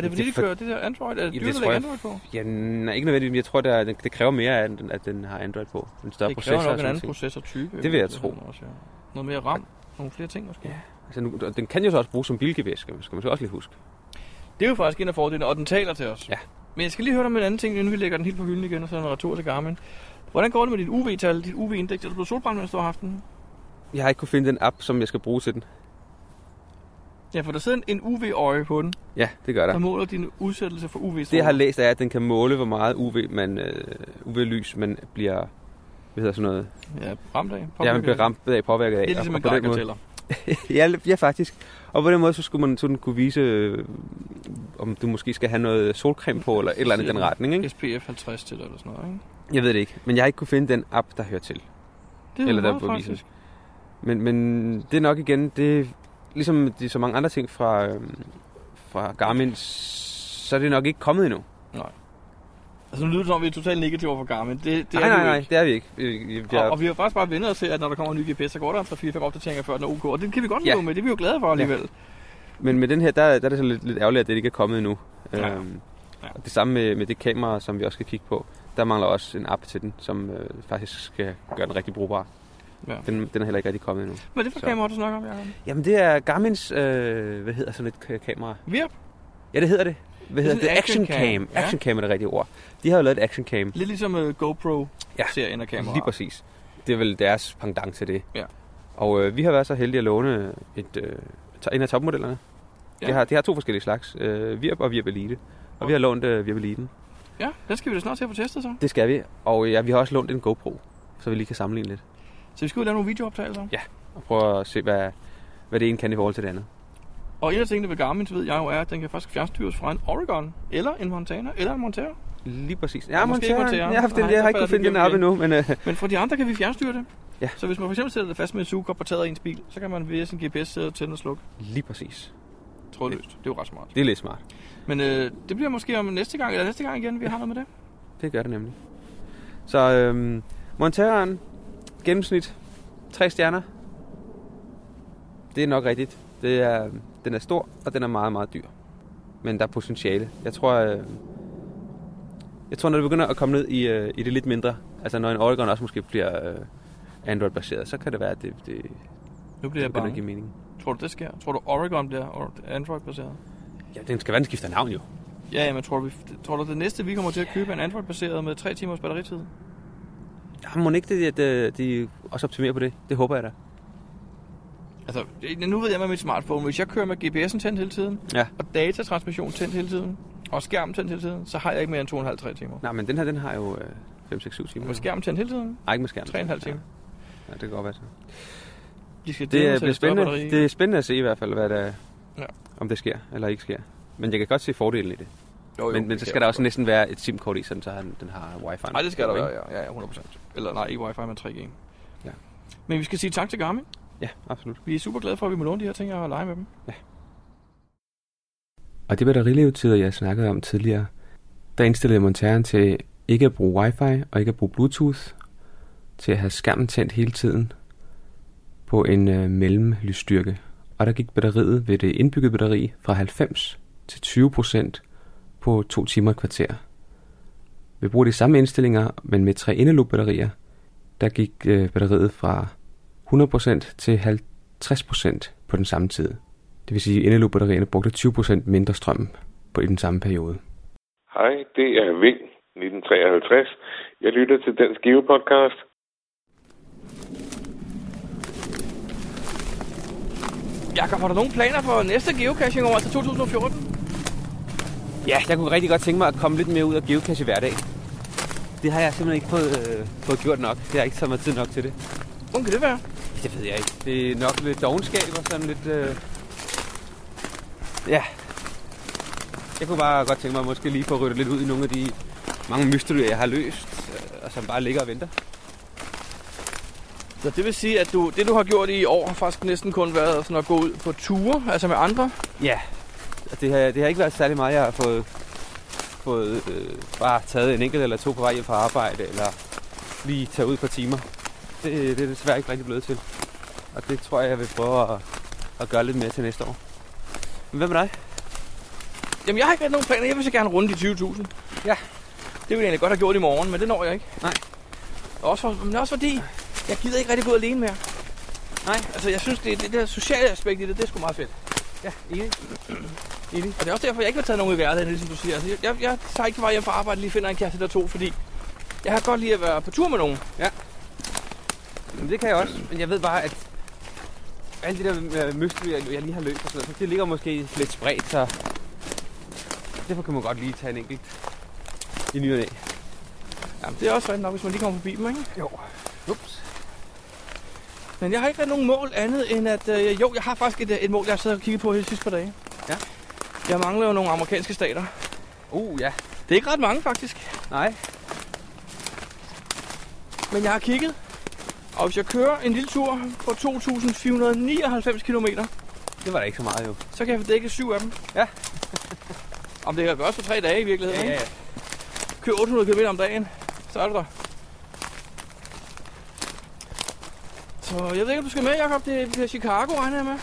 S1: det
S2: Det
S1: fordi,
S2: er
S1: de
S2: for-
S1: kører det der Android? Er det
S2: Jamen,
S1: dyrt at
S2: tror
S1: lægge
S2: jeg-
S1: Android på?
S2: Ja, nej, ikke nødvendigvis. men Jeg tror, der, det, det kræver mere, at den, at den har Android på. En større
S1: Det
S2: processor.
S1: kræver
S2: og
S1: nok en
S2: sådan
S1: anden
S2: ting.
S1: processortype.
S2: Det vil jeg
S1: i
S2: tro.
S1: virkeligheden Også, ja. Noget mere RAM, nogle flere ting måske. Ja.
S2: Altså, nu, og den kan jo så også bruges som bilgevær, skal man, skal man så også lige huske.
S1: Det er jo faktisk en af fordelene, og den taler til os. Ja. Men jeg skal lige høre dig om en anden ting, inden vi lægger den helt på hylden igen, og så en retur til Garmin. Hvordan går det med dit UV-tal, dit UV-indeks? Er du blevet solbrændt, mens du har haft den?
S2: Jeg har ikke kunne finde den app, som jeg skal bruge til den.
S1: Ja, for der sidder en- en UV-øje på den,
S2: Ja, det gør der.
S1: der måler din udsættelse for uv
S2: Det, jeg har læst, er, at den kan måle, hvor meget UV man, øh, UV-lys man bliver hvad hedder sådan noget?
S1: Ja, ramt af.
S2: Ja, man bliver
S1: Påvirket af.
S2: ramt af, påvirket af.
S1: Det er ligesom
S2: og-
S1: en
S2: og på den
S1: Geiger
S2: måde-
S1: tæller.
S2: [LAUGHS] ja, ja, faktisk. Og på den måde, så skulle man sådan kunne vise, øh, om du måske skal have noget solcreme på, eller et eller andet i den retning. Ikke?
S1: SPF 50 til eller sådan noget, ikke?
S2: Jeg ved det ikke, men jeg har ikke kunne finde den app, der hører til.
S1: Det er
S2: Eller der
S1: meget
S2: på
S1: praktisk.
S2: visen. Men, men det er nok igen, det er, ligesom det er så mange andre ting fra, øhm, fra Garmin, så er det nok ikke kommet endnu.
S1: Nej. Altså nu lyder det som om, vi er totalt negative over for Garmin. Det, det
S2: nej,
S1: er vi
S2: nej,
S1: jo
S2: nej,
S1: ikke.
S2: det er vi ikke. Vi- vi- vi
S1: Og,
S2: er-
S1: og, vi har faktisk bare vendt os til, at når der kommer en ny GPS, så går der en 3-4-5 opdateringer før den er OK. Og det kan vi godt leve
S2: Ja.
S1: med, det er vi jo glade for alligevel.
S2: Men med den her, der, der er det så lidt, lidt ærgerligt, at det ikke er kommet endnu.
S1: Ja.
S2: Øhm, og det samme med, med det kamera, som vi også skal kigge på. Der mangler også en app til den, som øh, faktisk skal gøre den rigtig brugbar.
S1: Ja.
S2: Den, den er heller ikke rigtig kommet endnu.
S1: Hvad er det for
S2: Så-
S1: kamera, du snakker om, Jacob?
S2: Jamen det er Garmin's, øh, hvad hedder sådan et ka- kamera?
S1: Virp?
S2: Ja, det hedder det. Hvad
S1: Det
S2: hedder
S1: er
S2: det?
S1: sådan en
S2: Action
S1: action cam.
S2: Cam.
S1: Ja.
S2: Action Cam er det rigtige ord. De har jo lavet et Action Cam.
S1: Lidt ligesom uh, GoPro-serien af kameraer.
S2: Lige præcis. Det er vel deres pendant til det.
S1: Ja.
S2: Og øh, vi har været så heldige at låne et, øh, to- en af topmodellerne.
S1: Ja.
S2: Det, har, det har to forskellige slags. Øh, Virp og Virp Elite. Og vi har lånt øh, Virp Eliten.
S1: Ja, den skal vi da snart til at få testet så.
S2: Det skal vi. Og ja, vi har også lånt en GoPro, så vi lige kan sammenligne lidt.
S1: Så vi skal ud og lave nogle videooptagelser.
S2: Ja. Og prøve at se, hvad, hvad det ene kan i forhold til det andet.
S1: Og en af tingene ved Garmin, så ved jeg jo, er, at den kan faktisk fjernstyres fra en Oregon, eller en Montana, eller en Montero.
S2: Lige præcis.
S1: Ja,
S2: Ja,
S1: måske
S2: Montana.
S1: Montana.
S2: Jeg har, haft den,
S1: Nej,
S2: jeg har
S1: så
S2: ikke kunne
S1: falder
S2: finde
S1: den
S2: den app
S1: igennem
S2: endnu, men... Øh,
S1: Men for de andre kan vi fjernstyre det.
S2: Ja.
S1: Så hvis man for eksempel sætter det fast med en sugekop på taget af ens bil, så kan man via sin GPS sætte og tænde og slukke.
S2: lige præcis.
S1: Trådløst. Det er jo ret smart.
S2: Det er lidt smart.
S1: Men øh, det bliver måske om næste gang, eller næste gang igen, vi har noget med det.
S2: Det gør det nemlig. Så øhm, Monteraen, gennemsnit, tre stjerner. Det er nok rigtigt. Det er, den er stor, og den er meget, meget dyr. Men der er potentiale. Jeg tror, øh, jeg tror når det begynder at komme ned i, øh, i det lidt mindre, altså når en Oregon også måske bliver øh, Android-baseret, så kan det være, at det, det
S1: Nu bliver
S2: det
S1: jeg
S2: begynder
S1: bange.
S2: at give mening.
S1: Tror du, det sker? Tror du, Oregon bliver or- Android-baseret?
S2: Ja, den skal være, den skifter navn jo.
S1: Ja, ja, men tror du, vi, tror du, det næste, vi kommer til at købe, er en Android-baseret med 3 timers batteritid?
S2: Ja, må ikke det, at øh, de også optimerer på det? Det håber jeg da.
S1: Altså, det- nu ved jeg med mit smartphone, hvis jeg kører med GPS'en tændt hele tiden,
S2: Ja.
S1: og datatransmission tændt hele tiden, og skærmen tændt hele tiden, så har jeg ikke mere end 2,5-3 timer.
S2: Nej, men den her, den har jo øh, 5-6-7 timer.
S1: Med skærmen tændt hele tiden?
S2: Nej, ikke med skærmen.
S1: Tre og en halv time.
S2: Ja, det kan godt være så.
S1: De skal dele
S2: det er,
S1: til
S2: bliver
S1: et større
S2: spændende.
S1: batteri.
S2: det er spændende at se i hvert fald, hvad der,
S1: Ja.
S2: ja. om det sker eller ikke sker. Men jeg kan godt se fordelen i det.
S1: Jo, jo,
S2: men, men
S1: det
S2: så
S1: kan
S2: skal
S1: jeg
S2: der
S1: også
S2: også næsten være et SIM-kort i, sådan, så han, den har wifi.
S1: Nej, det skal der være, ja, ja, ja, 100%. Eller nej, ikke wifi, men 3G.
S2: Ja.
S1: Men vi skal sige tak til Garmin.
S2: Ja, absolut.
S1: Vi er super glade for, at vi må låne de her ting og lege med dem.
S2: Og det batterilevetid, jeg snakkede om tidligere, der indstillede montæren til ikke at bruge wifi og ikke at bruge bluetooth, til at have skærmen tændt hele tiden på en øh, mellemlysstyrke. Og der gik batteriet ved det indbyggede batteri fra 90 til 20 procent på 2 timer og et kvarter. Vi bruger de samme indstillinger, men med tre indeloop-batterier, der gik øh, batteriet fra 100% til 50% på den samme tid. Det vil sige, at indeloop-batterierne brugte 20% mindre strøm på i den samme periode.
S20: Hej, det er Vind 1953. Jeg lytter til den skive podcast.
S1: Jakob, har du nogen planer for næste geocaching over, altså 2014?
S2: Ja, jeg kunne rigtig godt tænke mig at komme lidt mere ud og geocache i hverdag. Det har jeg simpelthen ikke fået, øh, fået gjort nok. Det har ikke taget mig tid nok til det.
S1: Hvordan kan det være?
S2: Det ved jeg ikke. Det er nok lidt dogenskab og sådan lidt... Øh... Ja. Jeg kunne bare godt tænke mig måske lige få ryddet lidt ud i nogle af de mange mysterier, jeg har løst, øh, og som bare ligger og venter.
S1: Så det vil sige, at du, det du har gjort i år, har faktisk næsten kun været sådan at gå ud på ture, altså med andre.
S2: Ja, og det har, det har ikke været særlig meget, jeg har fået, fået øh, bare taget en enkelt eller to på vej hjem fra arbejde, eller lige tage ud et par timer. Det, det er desværre ikke rigtig blevet til. Og det tror jeg, jeg vil prøve at, at gøre lidt mere til næste år. Men hvad med dig?
S1: Jamen, jeg har ikke rigtig nogen planer. Jeg vil så gerne runde de 20.000.
S2: Ja.
S1: Det ville jeg egentlig godt have gjort i morgen, men det når jeg ikke.
S2: Nej.
S1: Også for, men også fordi, jeg gider ikke rigtig gå ud alene mere.
S2: Nej.
S1: Altså, jeg synes, det, det der sociale aspekt i det, det er sgu meget fedt.
S2: Ja, enig.
S1: enig. Og det er også derfor, jeg ikke har taget nogen i hverdagen, ligesom du siger. Altså, jeg, jeg, jeg tager ikke bare hjem fra arbejde og lige finder en kæreste eller to, fordi jeg har godt lige at være på tur med nogen.
S2: Ja. Jamen, det kan jeg også, men jeg ved bare, at alle de der øh, mysterier, jeg lige har løst og sådan noget, det ligger måske lidt spredt, så derfor kan man godt lige tage en enkelt i ny og næ.
S1: Jamen, det er også rigtigt nok, hvis man lige kommer forbi dem, ikke?
S2: Jo. Ups.
S1: Men jeg har ikke rigtig nogen mål andet end at... Øh, jo, jeg har faktisk et, øh, et mål, jeg har siddet og kigget på her de sidste par dage.
S2: Ja.
S1: Jeg mangler jo nogle amerikanske stater.
S2: Uh, ja.
S1: Det er ikke ret mange, faktisk.
S2: Nej.
S1: Men jeg har kigget, og hvis jeg kører en lille tur på 2.499 km,
S2: Det var da ikke så meget jo.
S1: så kan jeg få dækket syv af dem. [LAUGHS]
S2: Ja.
S1: om det kan gøres på tre dage i virkeligheden.
S2: Ja, ja, ja.
S1: ikke? Kør 800 km om dagen, så er du der. Så jeg ved ikke, om du skal med, Jacob. Det bliver Chicago, regner jeg med.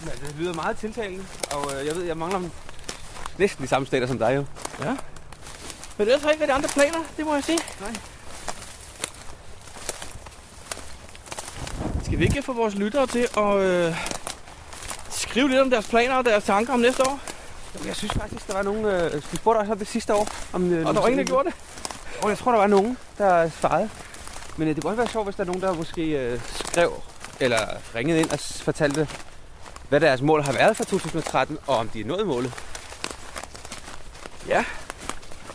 S2: Men altså, det lyder meget tiltalende, og øh, jeg ved, jeg mangler dem. næsten de samme stater som dig jo.
S1: Ja. Men ellers har jeg ikke rigtig andre planer, det må jeg sige.
S2: Nej.
S1: Skal vi ikke få vores lyttere til at øh, skrive lidt om deres planer og deres tanker om næste år?
S2: Jeg synes faktisk, der var nogen... Øh, vi spurgte også om det sidste år. Om, øh,
S1: Og der var ingen, der gjorde det?
S2: Og jeg tror, der var nogen, der svarede. Men øh, det kunne også være sjovt, hvis der er nogen, der måske øh, skrev eller ringede ind og s- fortalte, hvad deres mål har været for 2013, og om de er nået målet.
S1: Ja,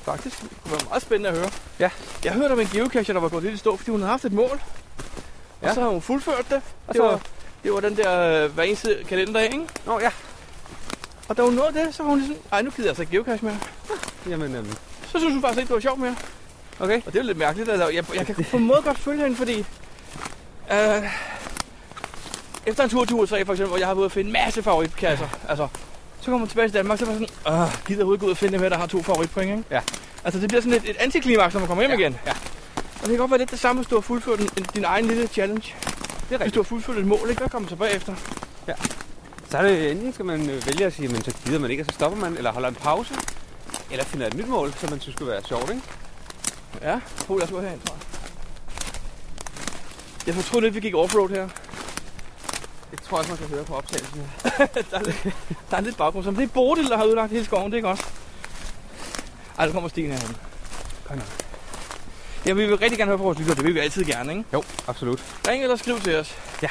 S1: faktisk. Det kunne være meget spændende at høre.
S2: Ja.
S1: Jeg hørte om en geocacher, der var gået lidt i stå, fordi hun havde haft et mål. Ja.
S2: Ja.
S1: Og så har hun fuldført det.
S2: Og
S1: det,
S2: så-
S1: var, det var den der øh, hver eneste kalenderdag, ikke?
S2: Nå ja.
S1: Og da hun nåede det, så var hun ligesom, ej nu gider jeg altså ikke geocache mere.
S2: Jamen, øhm,
S1: Så synes hun faktisk ikke, det var sjovt mere.
S2: Okay.
S1: Og det er lidt mærkeligt. Altså, jeg, jeg kan på en måde godt følge hende, fordi... Øh, efter en tur til USA, for eksempel, hvor jeg har været ude og finde en masse favoritkasser, altså, så kommer man tilbage til Danmark, så er man sådan, Åh, gider overhovedet gå ud og finde dem her, der har to favoritpoint, ikke?
S2: Ja.
S1: Altså, det bliver sådan et, et antiklimaks, når man kommer hjem igen.
S2: Ja.
S1: Og det kan godt være lidt det samme, hvis du har fuldført en, en- din egen lille challenge.
S2: Det er
S1: Hvis du har fuldført et mål, ikke? Hvad kommer så bagefter?
S2: Ja. Så er det, enten skal man øh, vælge at sige, men så gider man ikke, og så stopper man, eller holder en pause, eller finder et nyt mål, som man synes skulle være sjovt, ikke?
S1: Ja, Hov, lad os gå herhen, tror jeg. Jeg fortrød lidt, vi gik offroad her.
S2: Det tror jeg også, man kan høre på optagelsen her.
S1: [LAUGHS] der, er lidt, der er lidt baggrund. som- Det er Bodil, der har ødelagt hele skoven, det er godt. Ej, der kommer Stine herhen.
S2: Kom nu.
S1: Ja, vi vil rigtig gerne høre fra vores lytter. Det vil vi altid gerne, ikke?
S2: Jo, absolut.
S1: Ring eller skriv til os.
S2: Ja.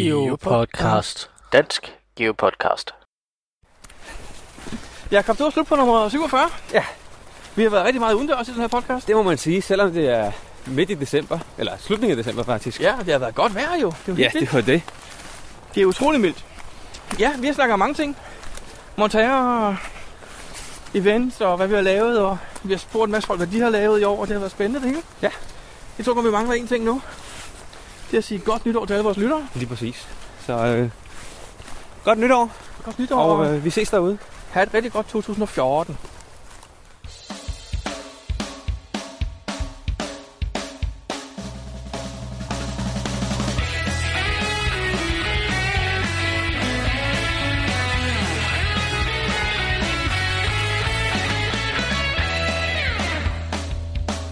S3: Geopodcast. Dansk Geopodcast.
S1: Jakob, det var slut på nummer 47.
S2: Ja.
S1: Vi har været rigtig meget udendørs i den her podcast.
S2: Det må man sige, selvom det er midt i december, eller slutningen af december faktisk.
S1: Ja, det har været godt vejr jo. Det er jo
S2: Ja,
S1: helt vildt.
S2: det var det.
S1: det er utrolig mildt. Ja, vi har snakket om mange ting. Montager og events og hvad vi har lavet, og vi har spurgt en masse folk, hvad de har lavet i år, og det har været spændende, det hele.
S2: Ja.
S1: Jeg tror kun, vi mangler én ting nu. Det er at sige godt nytår til alle vores lyttere.
S2: Lige præcis. Så øh, godt nytår.
S1: Godt nytår.
S2: Og øh, vi ses derude.
S1: Ha' et rigtig godt 2014.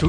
S3: Du